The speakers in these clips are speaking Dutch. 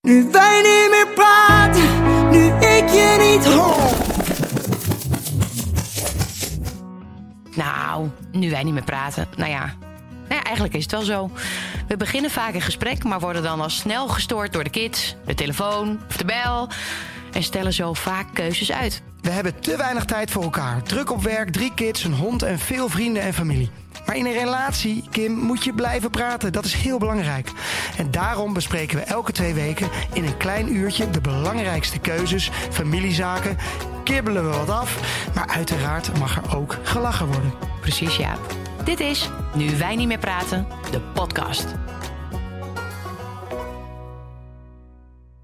Nu wij niet meer praten, nu ik je niet hoor. Nou, nu wij niet meer praten. Nou ja. Nou ja, eigenlijk is het wel zo. We beginnen vaak een gesprek, maar worden dan al snel gestoord door de kids, de telefoon of de bel. En stellen zo vaak keuzes uit. We hebben te weinig tijd voor elkaar. Druk op werk, drie kids, een hond en veel vrienden en familie. Maar in een relatie, Kim, moet je blijven praten. Dat is heel belangrijk. En daarom bespreken we elke twee weken in een klein uurtje de belangrijkste keuzes, familiezaken. Kibbelen we wat af, maar uiteraard mag er ook gelachen worden. Precies, Jaap. Dit is Nu wij niet meer praten, de podcast.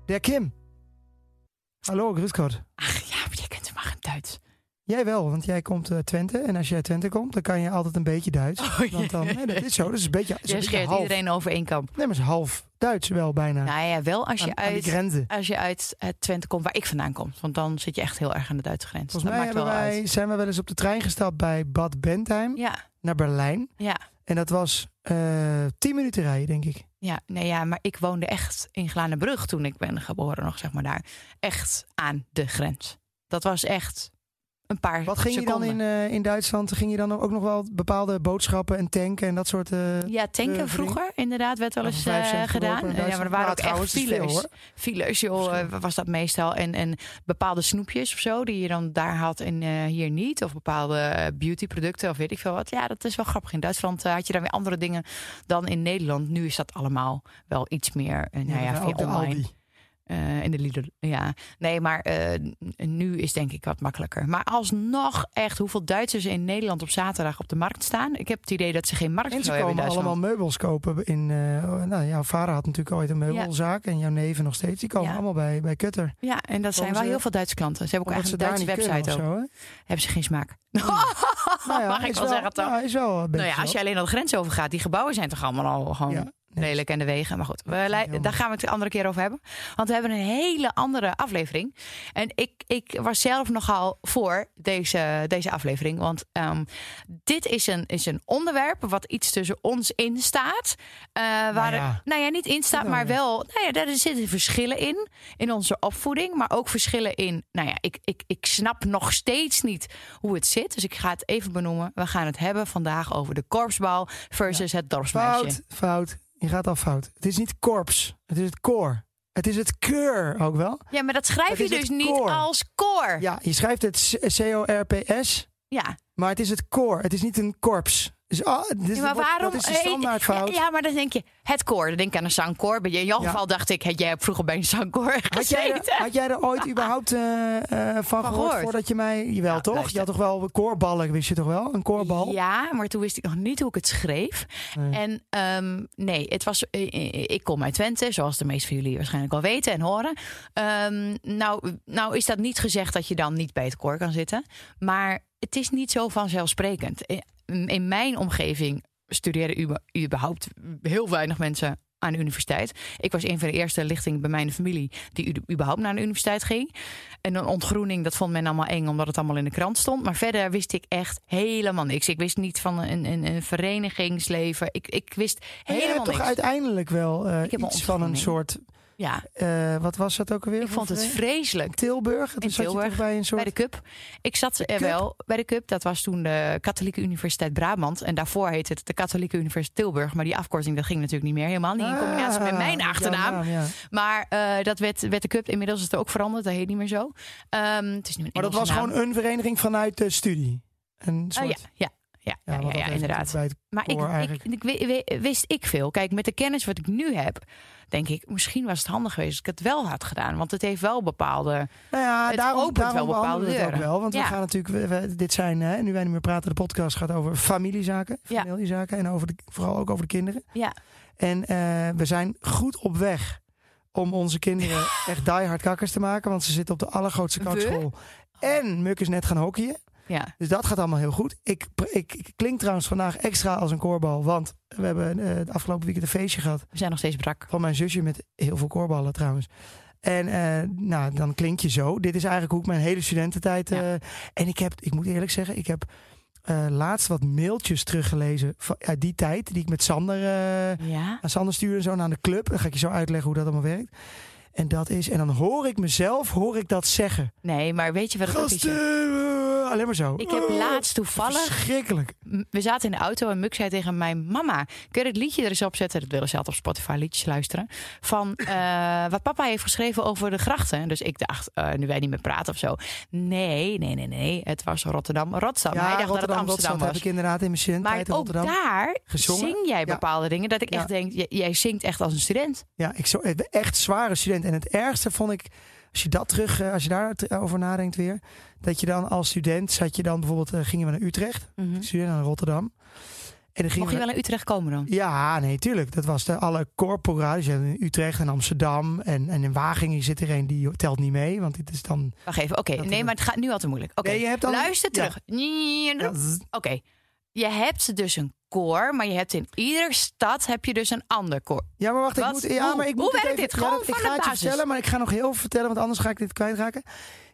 Der Kim. Hallo, grüß Gott. Ach, Jaap, jij kunt maar in Duits. Jij wel, want jij komt uit Twente. En als jij uit Twente komt, dan kan je altijd een beetje Duits. want dan, nee, dat is zo. Dat is een beetje, dat is Oh, Jij een beetje scheert half. iedereen over één kamp. Nee, maar het is half Duits wel bijna. Nou ja, wel als je aan, aan die uit, grenzen. als je uit eh, Twente komt, waar ik vandaan kom. Want dan zit je echt heel erg aan de Duitse grens. Volgens mij dat maakt hebben wel uit. wij, zijn we wel eens op de trein gestapt bij Bad Bentheim Ja, naar Berlijn. ja, En dat was eh, tien 10 minuten rijden, denk ik. ja, nee, ja, maar ik woonde echt in Glanenbrug toen ik ben geboren, nog zeg maar daar. Echt aan de grens. Dat was echt een paar Wat ging seconden. je dan in, eh, in Duitsland? Ging je dan ook nog wel bepaalde boodschappen en tanken en dat soort... eh, Ja, tanken eh, vroeger inderdaad werd wel Of eens vijf eh, cent goedkoper in gedaan. Ja, maar er Duitsland. waren Nou, ook echt trouwens, het is veel, files. hoor. files, joh, eh, was dat meestal. En, en bepaalde snoepjes of zo, die je dan daar had en eh, hier niet. Of bepaalde eh, beautyproducten of weet ik veel wat. Ja, dat is wel grappig. In Duitsland eh, had je dan weer andere dingen dan in Nederland. Nu is dat allemaal wel iets meer, eh, nou ja, ja, maar via ook de online. Aldi. Eh, in de Lidl, ja. Nee, maar eh, n- nu is denk ik wat makkelijker. Maar alsnog echt hoeveel Duitsers in Nederland op zaterdag op de markt staan. Ik heb het idee dat ze geen markt En ze hebben in komen Duitsland. allemaal meubels kopen. In, eh, nou, jouw vader had natuurlijk ooit een meubelzaak. En jouw neven nog steeds. Die komen Ja. allemaal bij, bij Kutter. Ja, en dat zijn Komen wel ze- heel veel Duitse klanten. Ze hebben ook Omdat ze eigenlijk daar een niet Duitse kunnen website of ook. zo, hè? Hebben ze geen smaak. Nou ja, Mag ik is wel zeggen, toch? Nou, is wel een Nou beetje ja, als zo. je alleen al de grens over gaat, die gebouwen zijn toch allemaal al gewoon Ja, nee. lelijk en de wegen. Maar goed, we is lei- jammer. daar gaan we het de andere keer over hebben. Want we hebben een hele andere aflevering. En ik, ik was zelf nogal voor deze, deze aflevering. Want ehm, dit is een, is een onderwerp wat iets tussen ons in staat. eh, waar Nou er- ja. nou ja, niet in staat, Nou maar ja. wel. Nou ja, daar zitten verschillen in. In onze opvoeding, maar ook verschillen in. Nou ja, ik, ik, ik snap nog steeds niet hoe het zit. Dus ik ga het even benoemen. We gaan het hebben vandaag over de korpsbal versus het dorpsmeisje. Fout, fout. Je gaat al fout. Het is niet korps. Het is het koor. Het is het keur ook wel. Ja, maar dat schrijf Het je is het dus niet koor. als koor. Ja. Ja, je schrijft het C- C-O-R-P-S, maar het is het koor. Het is niet een korps. Dus, ah, dit is- Ja, maar wat- waarom? Dat is de eh, standaardfout. Ja, ja, maar dan denk je, het koor. Dan denk ik aan een zangkoor. Bij- In jouw Ja. geval dacht ik, hé, jij hebt vroeger bij een zangkoor Had jij, gezeten. er, had jij er ooit überhaupt eh, eh, van, gehoord, gehoord. voordat je mij... Jawel Nou, toch? Je luister. had toch wel koorballen, wist je toch wel? Een koorbal? Ja, maar toen wist ik nog niet hoe ik het schreef. Nee. En ehm, nee, het was, eh, eh, ik kom uit Twente, zoals de meesten van jullie waarschijnlijk al weten en horen. Ehm, nou, nou is dat niet gezegd dat je dan niet bij het koor kan zitten. Maar het is niet zo vanzelfsprekend. In, in mijn omgeving studeren uber- überhaupt heel weinig mensen aan de universiteit. Ik was een van de eerste lichting bij mijn familie die u- überhaupt naar de universiteit ging. En een ontgroening, dat vond men allemaal eng, omdat het allemaal in de krant stond. Maar verder wist ik echt helemaal niks. Ik wist niet van een, een, een verenigingsleven. Ik, ik wist Maar jij helemaal hebt toch niks. uiteindelijk wel eh, Ik heb een iets van een ontgroening. soort... Ja, eh, wat was dat ook alweer? ik voor vond het vereniging? vreselijk. Tilburg? Toen zat je Tilburg, toch bij een soort... Bij de Cup. Ik zat er Cup? wel bij de Cup. Dat was toen de Katholieke Universiteit Brabant. En daarvoor heette het de Katholieke Universiteit Tilburg. Maar die afkorting dat ging natuurlijk niet meer. Helemaal niet in combinatie met Ah, mijn jouw achternaam. naam, ja. Maar eh, dat werd, werd de Cup. Inmiddels is het ook veranderd. Dat heet niet meer zo. Ehm, het is nu een Maar dat Engelse was naam. gewoon een vereniging vanuit de studie. Een soort, Oh, ja, ja, ja, ja, want ja, dat heeft inderdaad. natuurlijk Bij het Maar ik, koor ik, eigenlijk. ik we- we- wist ik veel. Kijk, met de kennis wat ik nu heb, denk ik, misschien was het handig geweest als ik het wel had gedaan. Want het heeft wel bepaalde. nou ja, het daarom, opent daarom wel bepaalde behandelen we het ook deuren. wel. Want we Ja. gaan natuurlijk, we- we- dit zijn, hè, nu wij niet meer praten, de podcast gaat over familiezaken, Ja. familiezaken en over de, vooral ook over de kinderen. Ja. En eh, we zijn goed op weg om onze kinderen echt diehard kakkers te maken, want ze zitten op de allergrootste We? kakschool. En Muk is net gaan hockeyen, Ja, dus dat gaat allemaal heel goed. Ik, pr- ik, ik klink trouwens vandaag extra als een koorbal, want we hebben eh, het afgelopen weekend een feestje gehad. we zijn nog steeds brak. Van mijn zusje met heel veel korballen trouwens. En eh, nou, dan klink je zo. Dit is eigenlijk hoe ik mijn hele studententijd. Ja. eh, en ik heb, ik moet eerlijk zeggen, ik heb eh, laatst wat mailtjes teruggelezen van, uit die tijd. Die ik met Sander, eh Ja. aan Sander stuurde en zo naar de club. Dan ga ik je zo uitleggen hoe dat allemaal werkt. En dat is, en dan hoor ik mezelf, hoor ik dat zeggen. Nee, maar weet je wat het ook is? Gasten, eh, alleen maar zo. Ik heb Eh, laatst toevallig... Verschrikkelijk. m- We zaten in de auto en Muk zei tegen mijn mama... Kun je het liedje er eens op zetten? Dat willen ze altijd op Spotify liedjes luisteren. Van eh, wat papa heeft geschreven over de grachten. Dus ik dacht, eh, nu wij niet meer praten of zo. Nee, nee, nee, nee. Het was Rotterdam, Rotterdam. Hij dacht dat het Amsterdam heb was. ik inderdaad in mijn zin. Maar tijd in ook Rotterdam. daar Gezongen. zing jij Ja. bepaalde dingen. Dat ik Ja. echt denk, j- jij zingt echt als een student. Ja, ik zo, ik ben echt zware student. En het ergste vond ik, als je dat terug, eh, als je daarover nadenkt weer, dat je dan als student zat je dan bijvoorbeeld, eh, gingen we naar Utrecht, ik studeerde naar Rotterdam. En dan gingen Mhm. Mocht we je wel in Utrecht komen dan? Ja, nee, tuurlijk. Dat was de alle corpora. Dus je hebt in Utrecht en Amsterdam en, en in Wageningen zit er een die telt niet mee, want dit is dan. Wacht even, oké. Dat- Nee, maar het gaat nu al te moeilijk. Oké, Nee, je hebt dan- luister ja. terug. Nyi- Ja, zzz. Oké, je hebt dus een koor, maar je hebt in iedere stad heb je dus een ander koor. Ja, maar wacht, ik Wat? moet. Ja, Hoe? maar ik Hoe moet het werkt even- dit? Gewoon ik van ga de het je basis. vertellen, maar ik ga nog heel veel vertellen, want anders ga ik dit kwijtraken.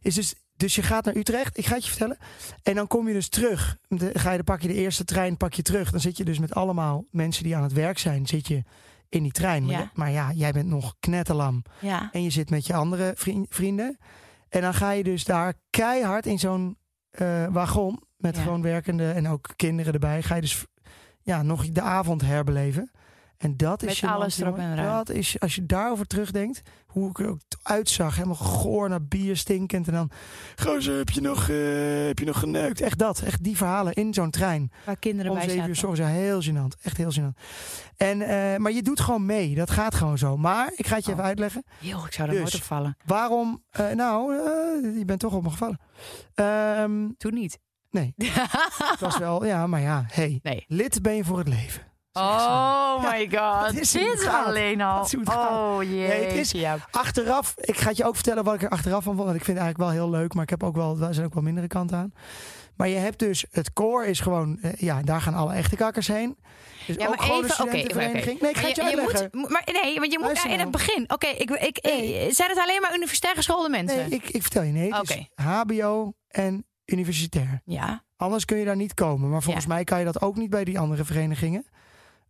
Is dus, dus je gaat naar Utrecht, ik ga het je vertellen. En dan kom je dus terug. De- ga je, dan pak je de eerste trein, pak je terug. Dan zit je dus met allemaal mensen die aan het werk zijn, zit je in die trein. Maar Ja. ja, maar ja jij bent nog knetterlam. Ja. En je zit met je andere vrien- vrienden. En dan ga je dus daar keihard in zo'n eh, wagon. Met Ja. gewoon werkende en ook kinderen erbij. Ga je dus v- ja, nog de avond herbeleven. En dat Met is gênant, alles erop jongen. en eraan. Dat is, als je daarover terugdenkt, hoe ik er ook t- uitzag. Helemaal goor naar bier stinkend. En dan, gozer, heb je nog, eh, heb je nog geneukt? Echt dat, echt die verhalen in zo'n trein. Waar kinderen Om bij zeven uur zaten. soms ja, heel gênant. Echt heel gênant. En, eh, maar je doet gewoon mee. Dat gaat gewoon zo. Maar, ik ga Oh. het je even uitleggen. Yo, ik zou er Dus. nooit op vallen. Waarom? eh, nou, eh, je bent toch op me gevallen. Ehm, Toen niet. nee, het was wel, ja, maar ja, hey. Nee. Lid ben je voor het leven. Oh my god. dat is hoe het Dit gaat. alleen al. Dat is hoe het gaat. Oh jee. het is- Achteraf, ik ga het je ook vertellen wat ik er achteraf van vond. Want ik vind het eigenlijk wel heel leuk, maar ik heb ook wel, er zijn ook wel mindere kanten aan. Maar je hebt dus, het koor is gewoon, eh, ja, daar gaan alle echte kakkers heen. Dus Ja, ook maar gewoon even, de oké. maar oké. studentenvereniging. Nee, ik ga Maar het je, je, je uitleggen. moet, mo- maar nee, want je moet Luister daar in het nou. begin. Oké, ik, ik, ik, zijn het alleen maar universitair geschoolde mensen? nee, ik, ik vertel je, nee, het Oké. is hbo en universitair. Ja. Anders kun je daar niet komen. Maar volgens Ja. mij kan je dat ook niet bij die andere verenigingen.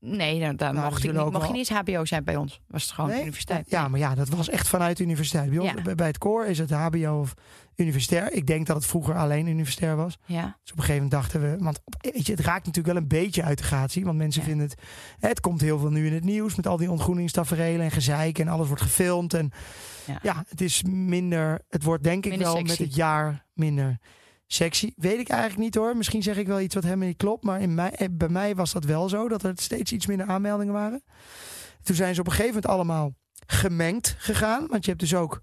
Nee, nou, daar Nou, mocht, ze ik willen niet, ook mocht je wel- niet eens HBO zijn bij ons. Was het gewoon Nee? universiteit. Ja, maar ja, dat was echt vanuit de universiteit. Bij, ons, Ja. bij- bij het koor is het HBO of universitair. Ik denk dat het vroeger alleen universitair was. Ja. Dus op een gegeven moment dachten we, want op- weet je, het raakt natuurlijk wel een beetje uit de gratie. Want mensen Ja. vinden het, het komt heel veel nu in het nieuws met al die ontgroeningstaferelen en gezeik en alles wordt gefilmd. En Ja. ja, het is minder, het wordt denk ik Minder wel met sexy. het jaar minder sexy. Weet ik eigenlijk niet hoor. Misschien zeg ik wel iets wat helemaal niet klopt. Maar in mij, eh, bij mij was dat wel zo, dat er steeds iets minder aanmeldingen waren. Toen zijn ze op een gegeven moment allemaal gemengd gegaan. Want je hebt dus ook.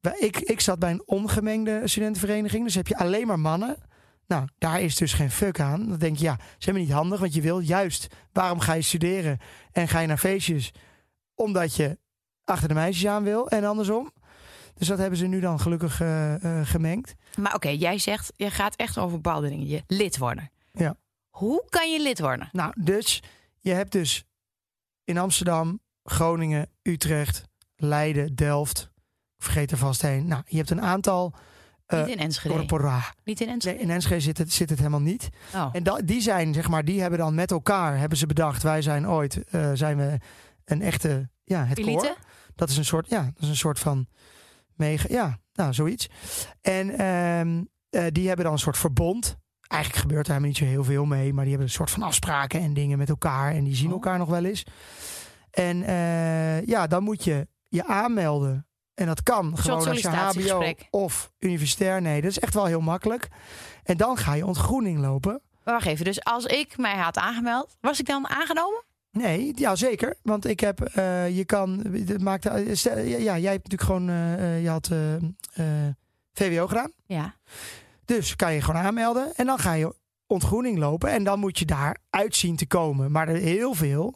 wij- Ik, ik zat bij een ongemengde studentenvereniging. Dus heb je alleen maar mannen. Nou, daar is dus geen fuck aan. Dan denk je, ja, ze hebben niet handig. Want je wil juist, waarom ga je studeren en ga je naar feestjes? Omdat je achter de meisjes aan wil en andersom. Dus dat hebben ze nu dan gelukkig eh, eh, gemengd. Maar oké, jij zegt, je gaat echt over bepaalde dingen. Je lid worden. Ja. Hoe kan je lid worden? Nou, dus je hebt dus in Amsterdam, Groningen, Utrecht, Leiden, Delft. Ik vergeet er vast heen. Nou, je hebt een aantal Eh, niet in Enschede. corpora. Niet in Nee, Enschede. in Enschede zit het, zit het helemaal niet. oh. En da- die zijn, zeg maar, die hebben dan met elkaar hebben ze bedacht. Wij zijn ooit, eh, zijn we een echte, ja, het Elite? koor. Dat is een soort, ja, dat is een soort van mega, ja, nou, zoiets. En ehm, eh, die hebben dan een soort verbond. Eigenlijk gebeurt daar helemaal niet zo heel veel mee, maar die hebben een soort van afspraken en dingen met elkaar en die zien Oh. elkaar nog wel eens. En eh, ja, dan moet je je aanmelden. En dat kan gewoon als je HBO sollicitatiegesprek. of universitair. Nee, dat is echt wel heel makkelijk. En dan ga je ontgroening lopen. Maar wacht even, dus als ik mij had aangemeld, was ik dan aangenomen? Nee, ja zeker. Want ik heb, eh, je kan, het maakt, stel- ja, ja, jij hebt natuurlijk gewoon, eh, eh, je had eh, eh, VWO gedaan. Ja. Dus kan je gewoon aanmelden en dan ga je ontgroening lopen. En dan moet je daar uitzien te komen. Maar er heel veel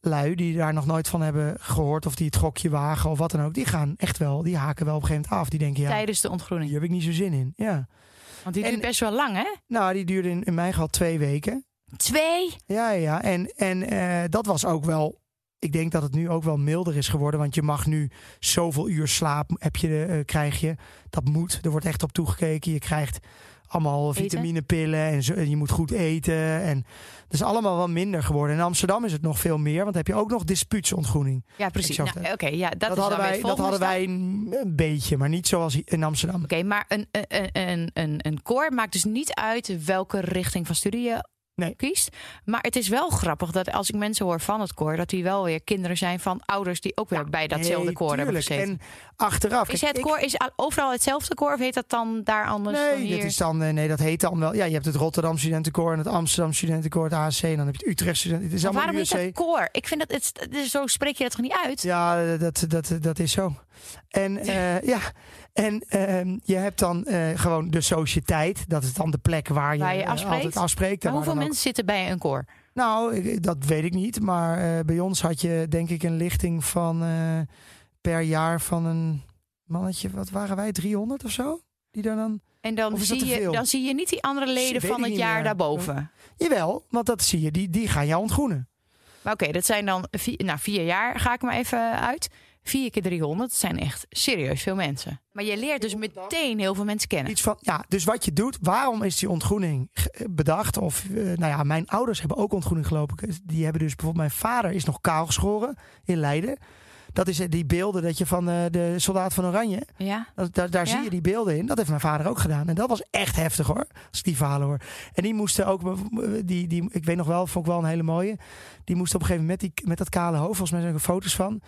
lui die daar nog nooit van hebben gehoord of die het gokje wagen of wat dan ook. Die gaan echt wel, die haken wel op een gegeven moment af. Die denken, ja, Tijdens de ontgroening. hier heb ik niet zo zin in. Ja. Want die En- duurt best wel lang, hè? Nou, die duurde in, in mijn geval twee weken. Twee. Ja, ja, ja. En, en eh, dat was ook wel. Ik denk dat het nu ook wel milder is geworden. Want je mag nu zoveel uur slaap heb je, eh, krijg je. Dat moet. Er wordt echt op toegekeken. Je krijgt allemaal Eten. vitaminepillen en zo- en je moet goed eten. En dat is allemaal wel minder geworden. In Amsterdam is het nog veel meer, want dan heb je ook nog dispuutsontgroening. Ja, precies. Exact, Nou, Oké, ja, dat, is Dat, dan hadden, weer wij, het dat volgende hadden stap. wij een een beetje, maar niet zoals in Amsterdam. Oké, maar een, een, een, een, een koor maakt dus niet uit welke richting van studie je Nee. kiest. Maar het is wel grappig dat als ik mensen hoor van het koor... dat die wel weer kinderen zijn van ouders die ook weer bij datzelfde Nee, koor hebben tuurlijk. gezeten. En achteraf. Is kijk, het ik- koor is a- overal hetzelfde koor of heet dat dan daar anders dan Nee, hier? dat is dan, eh, nee, dat heet dan wel. Ja, je hebt het Rotterdam Studentenkoor en het Amsterdam Studentenkoor, het ASC. En dan heb je het Utrecht Studenten. Het is Maar allemaal waarom heet USC. dat koor? Ik vind dat, het, het is- zo spreek je dat toch niet uit? Ja, dat, dat, dat is zo. En eh, ja, en ehm, je hebt dan eh, gewoon de sociëteit. Dat is dan de plek waar je, Waar je eh, afspreekt? altijd afspreekt. en maar waar hoeveel dan ook- mensen zitten bij een koor? Nou, ik- dat weet ik niet. Maar eh, bij ons had je denk ik een lichting van eh, per jaar van een mannetje. Wat waren wij? 300 of zo? Die daar dan... En dan Of is dat zie, te je, veel? dan zie je niet die andere leden Weet ik van het niet jaar meer. daarboven. Jawel, want dat zie je. Die, die gaan jou ontgroenen. Maar oké, dat zijn dan vier, nou, vier jaar, ga ik maar even uit. Vier keer 300, dat zijn echt serieus veel mensen. Maar je leert dus meteen heel veel mensen kennen. Iets van, ja, dus wat je doet, waarom is die ontgroening ge- bedacht? Of, eh, nou ja, mijn ouders hebben ook ontgroening gelopen. Die hebben dus bijvoorbeeld, mijn vader is nog kaal geschoren in Leiden. Dat is eh, die beelden dat je van eh, de soldaat van Oranje, Ja, dat- daar, daar Ja. zie je die beelden in. Dat heeft mijn vader ook gedaan. En dat was echt heftig hoor, als ik die verhalen hoor. En die moesten ook, die, die, ik weet nog wel, vond ik wel een hele mooie. Die moesten op een gegeven moment met, die, met dat kale hoofd, volgens mij zijn er foto's van.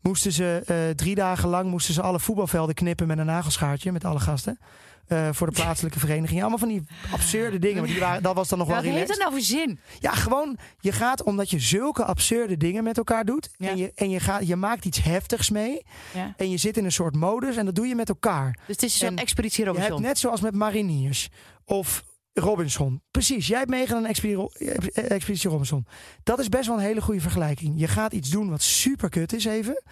Moesten ze eh, drie dagen lang moesten ze alle voetbalvelden knippen met een nagelschaartje, met alle gasten. eh, voor de plaatselijke vereniging. Allemaal van die absurde dingen. Maar die waren, dat was dan nog wel wat heeft dat relaxed. nou voor zin? Ja, gewoon, je gaat omdat je zulke absurde dingen met elkaar doet. Ja. En, je, en je, gaat, je maakt iets heftigs mee. Ja. En je zit in een soort modus en dat doe je met elkaar. Dus het is zo'n En expeditie Je hebt Robinson. net zoals met mariniers of Robinson. Precies, jij hebt meegedaan aan Expedi- eh, Expeditie Robinson. Dat is best wel een hele goede vergelijking. Je gaat iets doen wat super kut is even.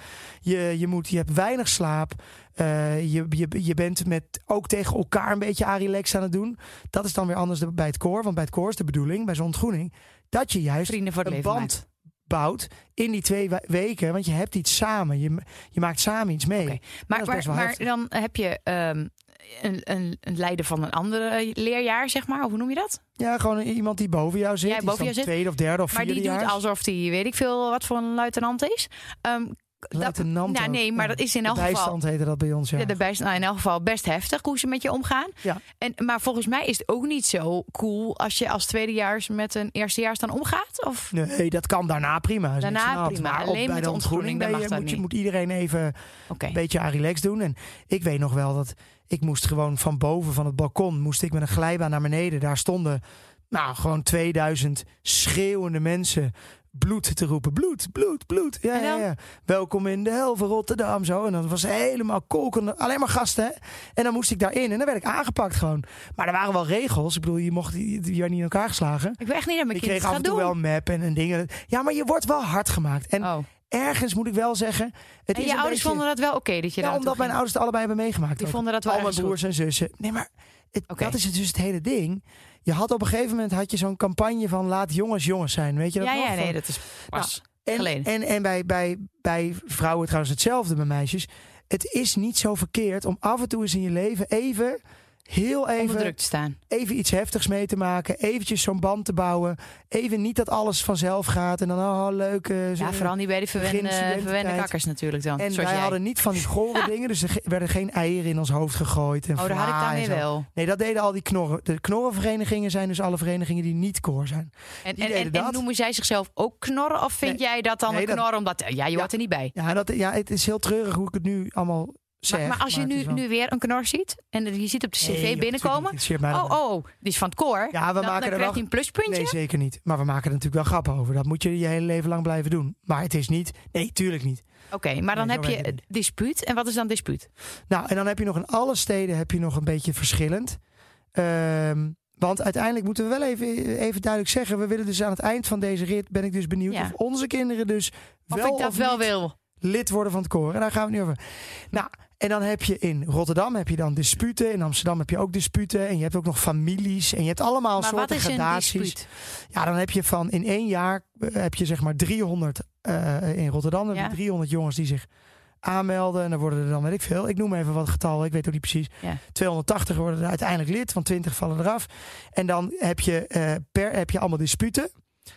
Je, je, moet, je hebt weinig slaap. Eh, je, je, je bent met, ook tegen elkaar een beetje arilex aan het doen. Dat is dan weer anders dan bij het koor. Want bij het koor is de bedoeling, bij zo'n ontgroening... dat je juist Vrienden voor het een leven. band maakt. bouwt in die twee we- weken. Want je hebt iets samen. Je, je maakt samen iets mee. Oké. Maar, is maar, best wel maar heftig. dan heb je ehm, een, een, een leider van een ander leerjaar, zeg maar. Of hoe noem je dat? Ja, gewoon iemand die boven jou zit. Ja, die boven jou is dan zit. Tweede of derde of Maar die vierdejaars. doet alsof die, weet ik veel, wat voor een luitenant is. Ehm, dat- Luitenant nou, ook. nee, maar Ja. dat is in De elk geval... bijstand heette dat bij ons, ja. Ja, daarbij is nou in elk geval best heftig hoe ze met je omgaan. Ja. En, maar volgens mij is het ook niet zo cool als je als tweedejaars met een eerstejaars dan omgaat. Of Nee, dat kan daarna prima. is niks Daarna aan de hand. prima. Maar op- Alleen bij met de de ontgroening, ontgroening dan mag ben je, dat moet, je, niet. moet iedereen even oké. een beetje aan relax doen. En ik weet nog wel dat ik moest gewoon van boven van het balkon... moest ik met een glijbaan naar beneden. Daar stonden nou, gewoon 2000 schreeuwende mensen bloed te roepen. Bloed, bloed, bloed. Ja, En ja, dan? ja. Welkom in de hel van Rotterdam. Zo. En dan was het helemaal kolkende. Alleen maar gasten. Hè? En dan moest ik daarin. En dan werd ik aangepakt gewoon. Maar er waren wel regels. Ik bedoel, je, mocht, je werd niet in elkaar geslagen. Ik weet echt niet dat mijn Ik kind het kreeg af gaat en toe doen. wel een map en, en dingen. Ja, maar je wordt wel hard gemaakt. En Oh. ergens moet ik wel zeggen... Het En is je een ouders beetje- vonden dat wel oké dat je ja, daar omdat mijn ouders het allebei hebben meegemaakt. Die ook. vonden dat wel Al mijn ergens broers en zussen. Nee, maar het, Oké. dat is het dus het hele ding. Je had op een gegeven moment had je zo'n campagne van laat jongens jongens zijn. Weet je dat Ja, nog? ja, Van- Nou, nee, dat is pas en, geleden. en, en bij, bij, bij vrouwen trouwens hetzelfde, bij meisjes. Het is niet zo verkeerd om af en toe eens in je leven even... Heel om onder even, druk te staan. even iets heftigs mee te maken. Eventjes zo'n band te bouwen. Even niet dat alles vanzelf gaat. En dan, oh, leuk. eh, zo- Ja, vooral niet bij de verwende, studententijd. verwende kakkers natuurlijk dan. en wij zoals jij. hadden niet van die gore dingen, dus er ge- werden geen eieren in ons hoofd gegooid. En oh, daar had ik vla en daarmee zo. wel. Nee, dat deden al die knorren. De knorrenverenigingen zijn dus alle verenigingen die niet koor zijn. En, Die en, deden en, en dat. noemen zij zichzelf ook knorren? Of vind Nee. jij dat dan Nee, een dat- knor? Omdat, ja, je Ja. hoort er niet bij. Ja, dat, ja, het is heel treurig hoe ik het nu allemaal zeg. Maar, maar als je het nu, is wel- nu weer een knor ziet en je ziet op de Nee, cv joh, binnenkomen, natuurlijk niet. Het Oh, interesseert mij oh, oh, die is van het koor. Ja, we dan, maken dan er krijgt wel- hij een pluspuntje. Nee, zeker niet. Maar we maken er natuurlijk wel grappen over. Dat moet je je hele leven lang blijven doen. Maar het is niet... Nee, tuurlijk niet. Oké, maar dan Nee, zo heb je werkt het eh, dispuut. En wat is dan dispuut? Nou, en dan heb je nog in alle steden heb je nog een beetje verschillend. Ehm, want uiteindelijk moeten we wel even, even duidelijk zeggen... we willen dus aan het eind van deze rit... ben ik dus benieuwd Ja. of onze kinderen dus Of wel ik dat of wel niet wil. lid worden van het koor. En daar gaan we het nu over. Nou, en dan heb je in Rotterdam heb je dan disputen. In Amsterdam heb je ook disputen. En je hebt ook nog families. En je hebt allemaal Maar wat soorten is een gradaties. dispuut? Ja, dan heb je van in één jaar eh, heb je zeg maar 300 eh, in Rotterdam. Dan heb je Ja. 300 jongens die zich aanmelden. En dan worden er dan, weet ik veel, ik noem even wat getallen, ik weet ook niet precies. Ja. 280 worden er uiteindelijk lid, van 20 vallen eraf. En dan heb je, eh, per, heb je allemaal disputen.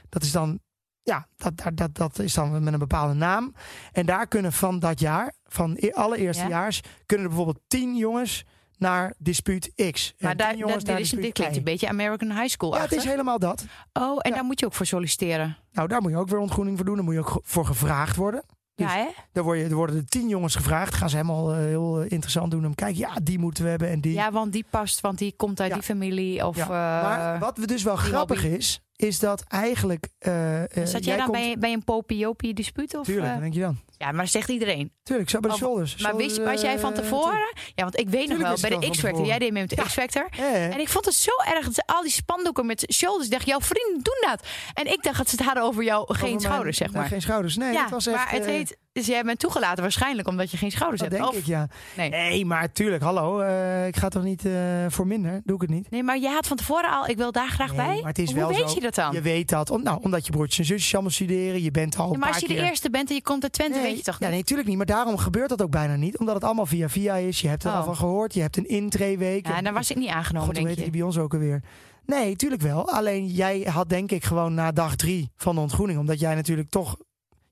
Dat is dan, ja, dat, dat, dat, dat is dan met een bepaalde naam. En daar kunnen van dat jaar, van i- alle eerstejaars, kunnen er bijvoorbeeld 10 jongens naar dispuut X. En Maar 10 daar, dat, jongens dit, is, dit klinkt een Y. beetje American High School. Ja, het is helemaal dat. Oh, en ja. daar moet je ook voor solliciteren. Nou, daar moet je ook weer ontgroening voor doen. Daar moet je ook ge- voor gevraagd worden. Dus- ja, hè? Daar word je, er worden er tien jongens gevraagd. Gaan ze helemaal eh, heel eh, interessant doen. Om kijken, ja, die moeten we hebben en die. ja, want die past, want die komt uit Ja. die familie. Of, eh, Ja, ja. maar wat we dus wel die grappig hobby. is, is dat eigenlijk... eh, eh, Zat jij, dan bij, bij een popiopie dispuut? Of, Tuurlijk, eh? wat denk je dan. ja, maar dat zegt iedereen. Tuurlijk, zo bij de Oh, shoulders. Maar wist, Shoulders, was jij eh, van tevoren? Ja, want ik weet nog Tuurlijk wel, wist bij ik de wel van X-Factor. tevoren. Jij deed mee met de X-Factor. Eh, En ik vond het zo erg dat ze al die spandoeken met shoulders. Ik dacht, jouw vrienden doen dat. En ik dacht dat ze het hadden over jou over geen mijn- schouders, zeg nou, maar. geen schouders, nee. ja, het was echt, maar het eh, heet... Dus jij bent toegelaten waarschijnlijk omdat je geen schouders dat hebt. denk Of- ik, ja. nee. Nee, maar tuurlijk, hallo. eh, ik ga toch niet eh, voor minder? Doe ik het niet. nee, maar jij had van tevoren al, ik wil daar graag Nee, bij. maar het is Hoe wel weet zo. je dat dan? Je weet dat. Om, nou, omdat je broertjes en zusjes allemaal studeren. Je bent al Ja, maar een paar als je de keer... eerste bent en je komt uit Twente, Nee, weet je toch ja, niet? nee, natuurlijk niet. Maar daarom gebeurt dat ook bijna niet. Omdat het allemaal via via is. Je hebt er Oh. al van gehoord. Je hebt een intreeweek. Ja, en dan was ik niet aangenomen, God, hoe denk heette je. die bij ons ook alweer? Nee, tuurlijk wel. Alleen jij had denk ik gewoon na dag drie van de ontgroening. Omdat jij natuurlijk toch...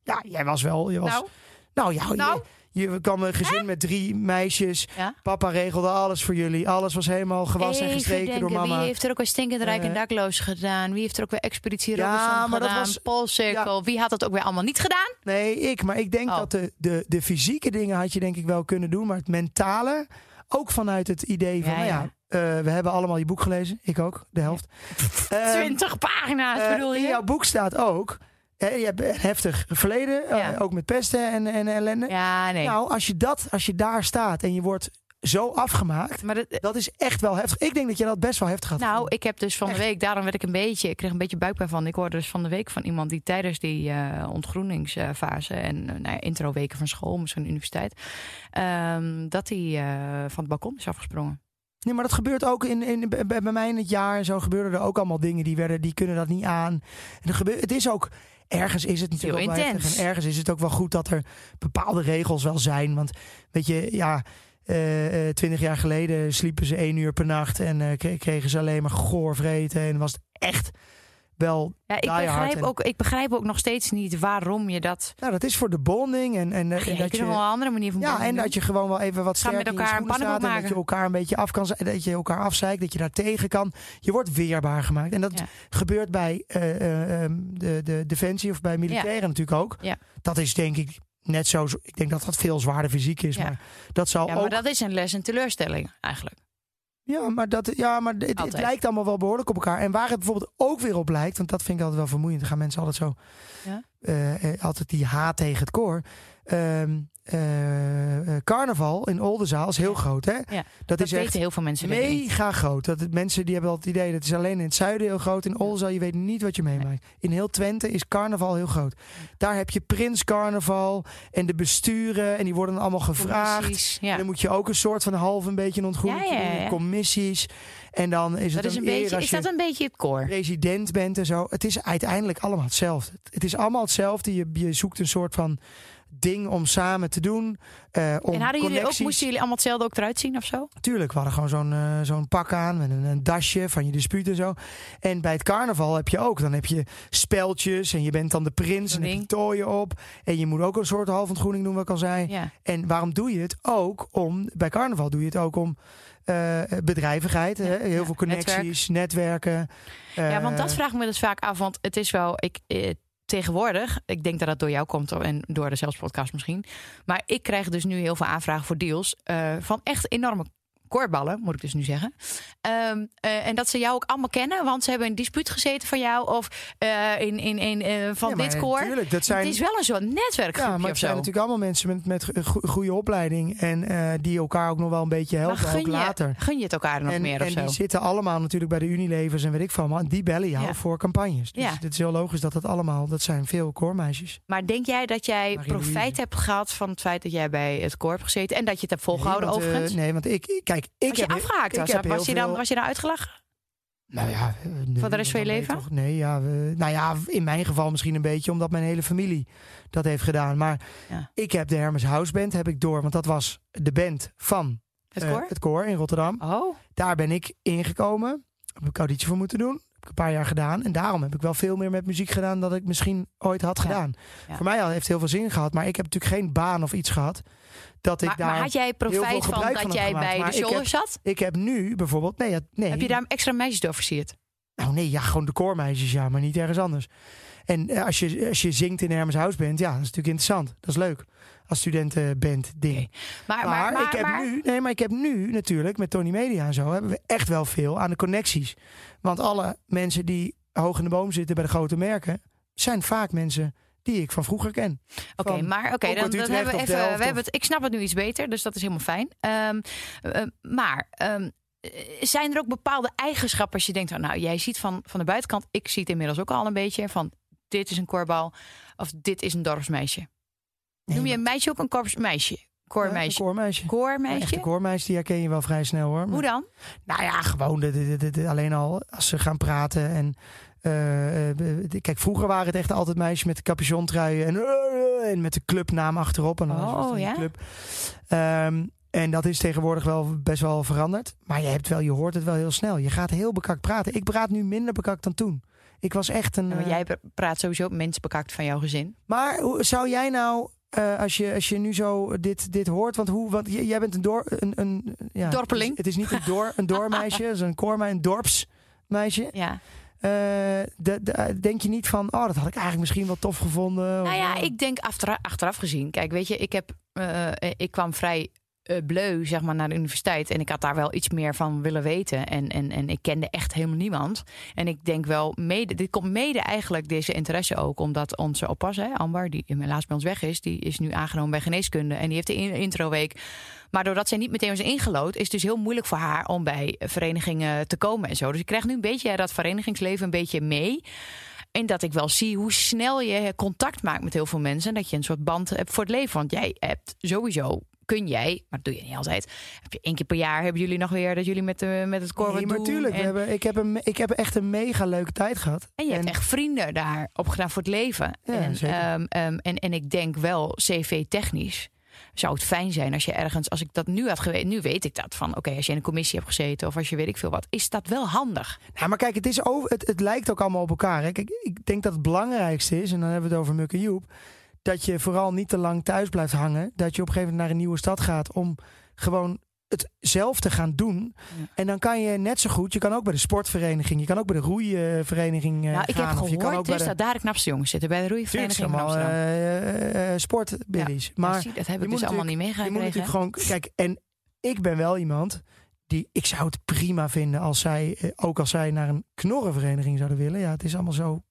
Ja, jij was wel... Je was, Nou, nou, ja, nou. Je, je kwam een gezin met drie meisjes. Ja. Papa regelde alles voor jullie. Alles was helemaal gewassen en even gestreken denken, door mama. Wie heeft er ook weer stinkend rijk en Eh. dakloos gedaan? Wie heeft er ook weer Expeditie Ja, Robinson maar dat gedaan? was- Paul Circle. Wie had dat ook weer allemaal niet gedaan? Nee, ik. Maar ik denk Oh. dat de, de, de fysieke dingen had je denk ik wel kunnen doen. Maar het mentale, ook vanuit het idee van... Ja, nou ja, eh, we hebben allemaal je boek gelezen. Ik ook, de helft. Ehm, Twintig pagina's, eh, bedoel je? In jouw boek staat ook... eh, je hebt een heftig verleden, eh, Ja. ook met pesten en, en ellende. Ja, nee. Nou, als je, dat, als je daar staat en je wordt zo afgemaakt... maar dat, Dat is echt wel heftig. Ik denk dat je dat best wel heftig had. Nou, gevonden. ik heb dus van de week, daarom werd ik een beetje, ik kreeg een beetje buikpijn van. Ik hoorde dus van de week van iemand die tijdens die eh, ontgroeningsfase en eh, nou ja, introweken van school, misschien universiteit, ehm, dat hij eh, van het balkon is afgesprongen. Nee, maar dat gebeurt ook in, in, bij, bij mij in het jaar en zo gebeurden er ook allemaal dingen die werden, die kunnen dat niet aan. En er gebeurt, het is ook, ergens is het natuurlijk Heel ook wel intens. heftig En ergens is het ook wel goed dat er bepaalde regels wel zijn. Want weet je, ja, eh, twintig jaar geleden sliepen ze één uur per nacht en eh, kre- kregen ze alleen maar goor vreten. En was het echt wel, Ja, ik Die hard begrijp, en- ook, ik begrijp ook nog steeds niet waarom je dat. nou dat is voor de bonding en, en, eh, Ja, en je dat kunt er wel een je... andere manier van Ja, en dat je gewoon wel even wat Ga met sterker in je elkaar een schoenen staat. pannenkoek En dat je maken. elkaar een beetje af kan ze- Dat je elkaar afzeikt, dat je daar tegen kan. Je wordt weerbaar gemaakt. En dat Ja. gebeurt bij eh, eh, ehm, de, de defensie of bij militairen natuurlijk ook. Ja. Dat is denk ik net zo... Ik denk dat dat veel zwaarder fysiek is. Ja. Maar dat zal Ja, ook... maar dat is een les en teleurstelling eigenlijk. Ja, maar, dat, ja, maar het, het Altijd. lijkt allemaal wel behoorlijk op elkaar. En waar het bijvoorbeeld ook weer op lijkt... Want dat vind ik altijd wel vermoeiend. Dan gaan mensen altijd zo... Ja. eh, eh, altijd die haat tegen het koor. Ehm, eh, eh, carnaval in Oldenzaal is heel Ja. groot, hè? Dat, Dat, is weten echt heel veel mensen. denk ik niet. mega groot. Dat het, mensen die hebben al het idee dat het is alleen in het zuiden heel groot. In Olza, je weet niet wat je meemaakt. In heel Twente is carnaval heel groot. Daar heb je Prins Carnaval en de besturen. En die worden dan allemaal gevraagd. Precies, En dan Ja. moet je ook een soort van half een beetje een ontgroening Ja, ja, doen, ja. commissies. En dan is het Dat is een eer beetje, als is je dat een beetje het koor? president bent en zo. Het is uiteindelijk allemaal hetzelfde. Het is allemaal hetzelfde. Je, je zoekt een soort van ding om samen te doen. eh, om En hadden jullie ook, connecties. moesten jullie allemaal hetzelfde ook eruit zien of zo? Tuurlijk, we hadden gewoon zo'n eh, zo'n pak aan met een, een dasje van je dispuut en zo. En bij het carnaval heb je ook, dan heb je speltjes en je bent dan de prins en Zo'n heb je ding. tooien op. En je moet ook een soort half ontgroening doen, wat ik al zei. Ja. En waarom doe je het? Ook om, bij carnaval doe je het ook om eh, bedrijvigheid, hè, heel ja, veel connecties, netwerken. Ja, eh, want dat vraag ik me dus vaak af. Want het is wel, ik, eh, tegenwoordig, ik denk dat dat door jou komt en door de zelfspodcast misschien. Maar ik krijg dus nu heel veel aanvragen voor deals eh, van echt enorme korballen, moet ik dus nu zeggen. Ehm, eh, en dat ze jou ook allemaal kennen, want ze hebben in dispuut gezeten van jou of eh, in, in, in, eh, van Ja, maar dit koor. Tuurlijk, dat zijn, Het is wel een soort netwerkgroepje ja, maar of het zijn zo. natuurlijk allemaal mensen met, met go- goede opleiding en eh, die elkaar ook nog wel een beetje Maar helpen, gun ook je, later. gun je het elkaar nog en, meer of en zo? die zitten allemaal natuurlijk bij de Unilevers en weet ik van, maar die bellen jou Ja. voor campagnes. Dus Ja. het is heel logisch dat dat allemaal, dat zijn veel koormeisjes. Maar denk jij dat jij Marie-Louise. profijt hebt gehad van het feit dat jij bij het koor hebt gezeten en dat je het hebt volgehouden nee, want, eh, overigens? nee, want ik, kijk, ik Als je heb, afgehaakt ik was, heb was heel je, dan, veel- was je dan uitgelachen? Nou ja, eh, nee, Voor de rest van je dan ben leven? toch- nee, ja, we- nou ja, in mijn geval misschien een beetje omdat mijn hele familie dat heeft gedaan. Maar Ja. ik heb de Hermes House Band heb ik door, want dat was de band van Het eh, koor? het koor in Rotterdam. Oh, Daar ben ik ingekomen. Heb ik auditie voor moeten doen. Heb ik een paar jaar gedaan. En daarom heb ik wel veel meer met muziek gedaan dan ik misschien ooit had Ja. gedaan. Ja. Voor mij al- heeft het heel veel zin gehad. Maar ik heb natuurlijk geen baan of iets gehad. Dat ik maar, daar. maar had jij profijt van gebruik dat van heb jij gemaakt, bij maar de ik heb- shoulder zat? Ik heb nu bijvoorbeeld. Nee, ja, nee. Heb je daar extra meisjes door versierd? Nou nee, ja, gewoon de koormeisjes, ja, maar niet ergens anders. En eh, als je, als je zingt in de Hermes House bent, ja, dat is natuurlijk interessant. Dat is leuk. Als studentenband ding. Maar, Maar, maar, maar, ik heb maar- nu, nee, maar ik heb nu natuurlijk met Tony Media en zo hebben we echt wel veel aan de connecties. Want alle mensen die hoog in de boom zitten bij de grote merken, zijn vaak mensen die ik van vroeger ken. Oké, van eh, maar oké, ook dan, uit dan Utrecht hebben we of even. Delft we hebben of- het, ik snap het nu iets beter, dus dat is helemaal fijn. Ehm, eh, maar ehm, eh, zijn er ook bepaalde eigenschappen als je denkt, oh, nou, jij ziet van, van de buitenkant, ik zie het inmiddels ook al een beetje van dit is een korbal of dit is een dorpsmeisje. Noem je een meisje ook een korpsmeisje? Koormeisje? Een koormeisje. Echte Koormeisje? koormeisje, die herken je wel vrij snel hoor. Maar- Hoe dan? Nou ja, gewoon de, de, de- de- alleen al als ze gaan praten. En, eh, eh, de- kijk, vroeger waren het echt altijd meisjes met de capuchontruien en, eh, eh, en met de clubnaam achterop. En dan was het Oh, een ja? club. Ehm, en dat is tegenwoordig wel best wel veranderd. Maar je, hebt wel, je hoort het wel heel snel. Je gaat heel bekakt praten. Ik praat nu minder bekakt dan toen. Ik was echt een... Ja, want eh, jij praat sowieso mensen bekakt van jouw gezin. maar hoe- zou jij nou, eh, als, je, als je nu zo dit, dit hoort, want, hoe, want j- jij bent een door... Een, een, ja, Dorpeling. Het is, het is niet een, door, een doormeisje, het is een koormeisje, een dorpsmeisje. Ja. Eh, de- de- denk je niet van, oh, dat had ik eigenlijk misschien wel tof gevonden? Nou of, ja, eh, ik denk achter, achteraf gezien. Kijk, weet je, ik, heb, eh, eh, ik kwam vrij eh, bleu zeg maar, naar de universiteit. En ik had daar wel iets meer van willen weten. En, en, en ik kende echt helemaal niemand. En ik denk wel, mede, dit komt mede eigenlijk deze interesse ook. Omdat onze oppas, hè, Amber, die helaas bij ons weg is... die is nu aangenomen bij geneeskunde. En die heeft de in- introweek. Maar doordat zij niet meteen was ingelood... is het dus heel moeilijk voor haar om bij verenigingen te komen en zo. Dus ik krijg nu een beetje hè, dat verenigingsleven een beetje mee... En dat ik wel zie hoe snel je contact maakt met heel veel mensen. En dat je een soort band hebt voor het leven. Want jij hebt sowieso, kun jij, maar dat doe je niet altijd. Heb je één keer per jaar, hebben jullie nog weer dat jullie met, de, met het koor nee, wat maar doen. tuurlijk, we en, hebben, ik, heb een, ik heb echt een mega leuke tijd gehad. en je hebt echt vrienden daar opgedaan voor het leven. Ja, en, zeker. ehm, ehm, en, en ik denk wel, cv-technisch zou het fijn zijn als je ergens, als ik dat nu had geweten, nu weet ik dat van, oké, als je in een commissie hebt gezeten of als je weet ik veel wat, is dat wel handig. Ja, maar kijk, het, is over, het, het lijkt ook allemaal op elkaar. Hè? Kijk, ik denk dat het belangrijkste is, en dan hebben we het over Muk en Joep... dat je vooral niet te lang thuis blijft hangen. Dat je op een gegeven moment naar een nieuwe stad gaat... om gewoon het zelf te gaan doen. Ja. En dan kan je net zo goed... je kan ook bij de sportvereniging, je kan ook bij de roeivereniging eh, nou, ik gaan. heb of je kan ook gehoord bij dus de, dat daar de knapste jongens zitten bij de Tuurlijk, roeivereniging het in zijn allemaal Amsterdam. eh, eh, sportbiddies. Maar maar dat heb je ik moet dus allemaal niet je moet meegekregen. natuurlijk gewoon. Kijk, en ik ben wel iemand die. Ik zou het prima vinden als zij. eh, Ook als zij naar een knorrenvereniging zouden willen. Ja, het is allemaal zo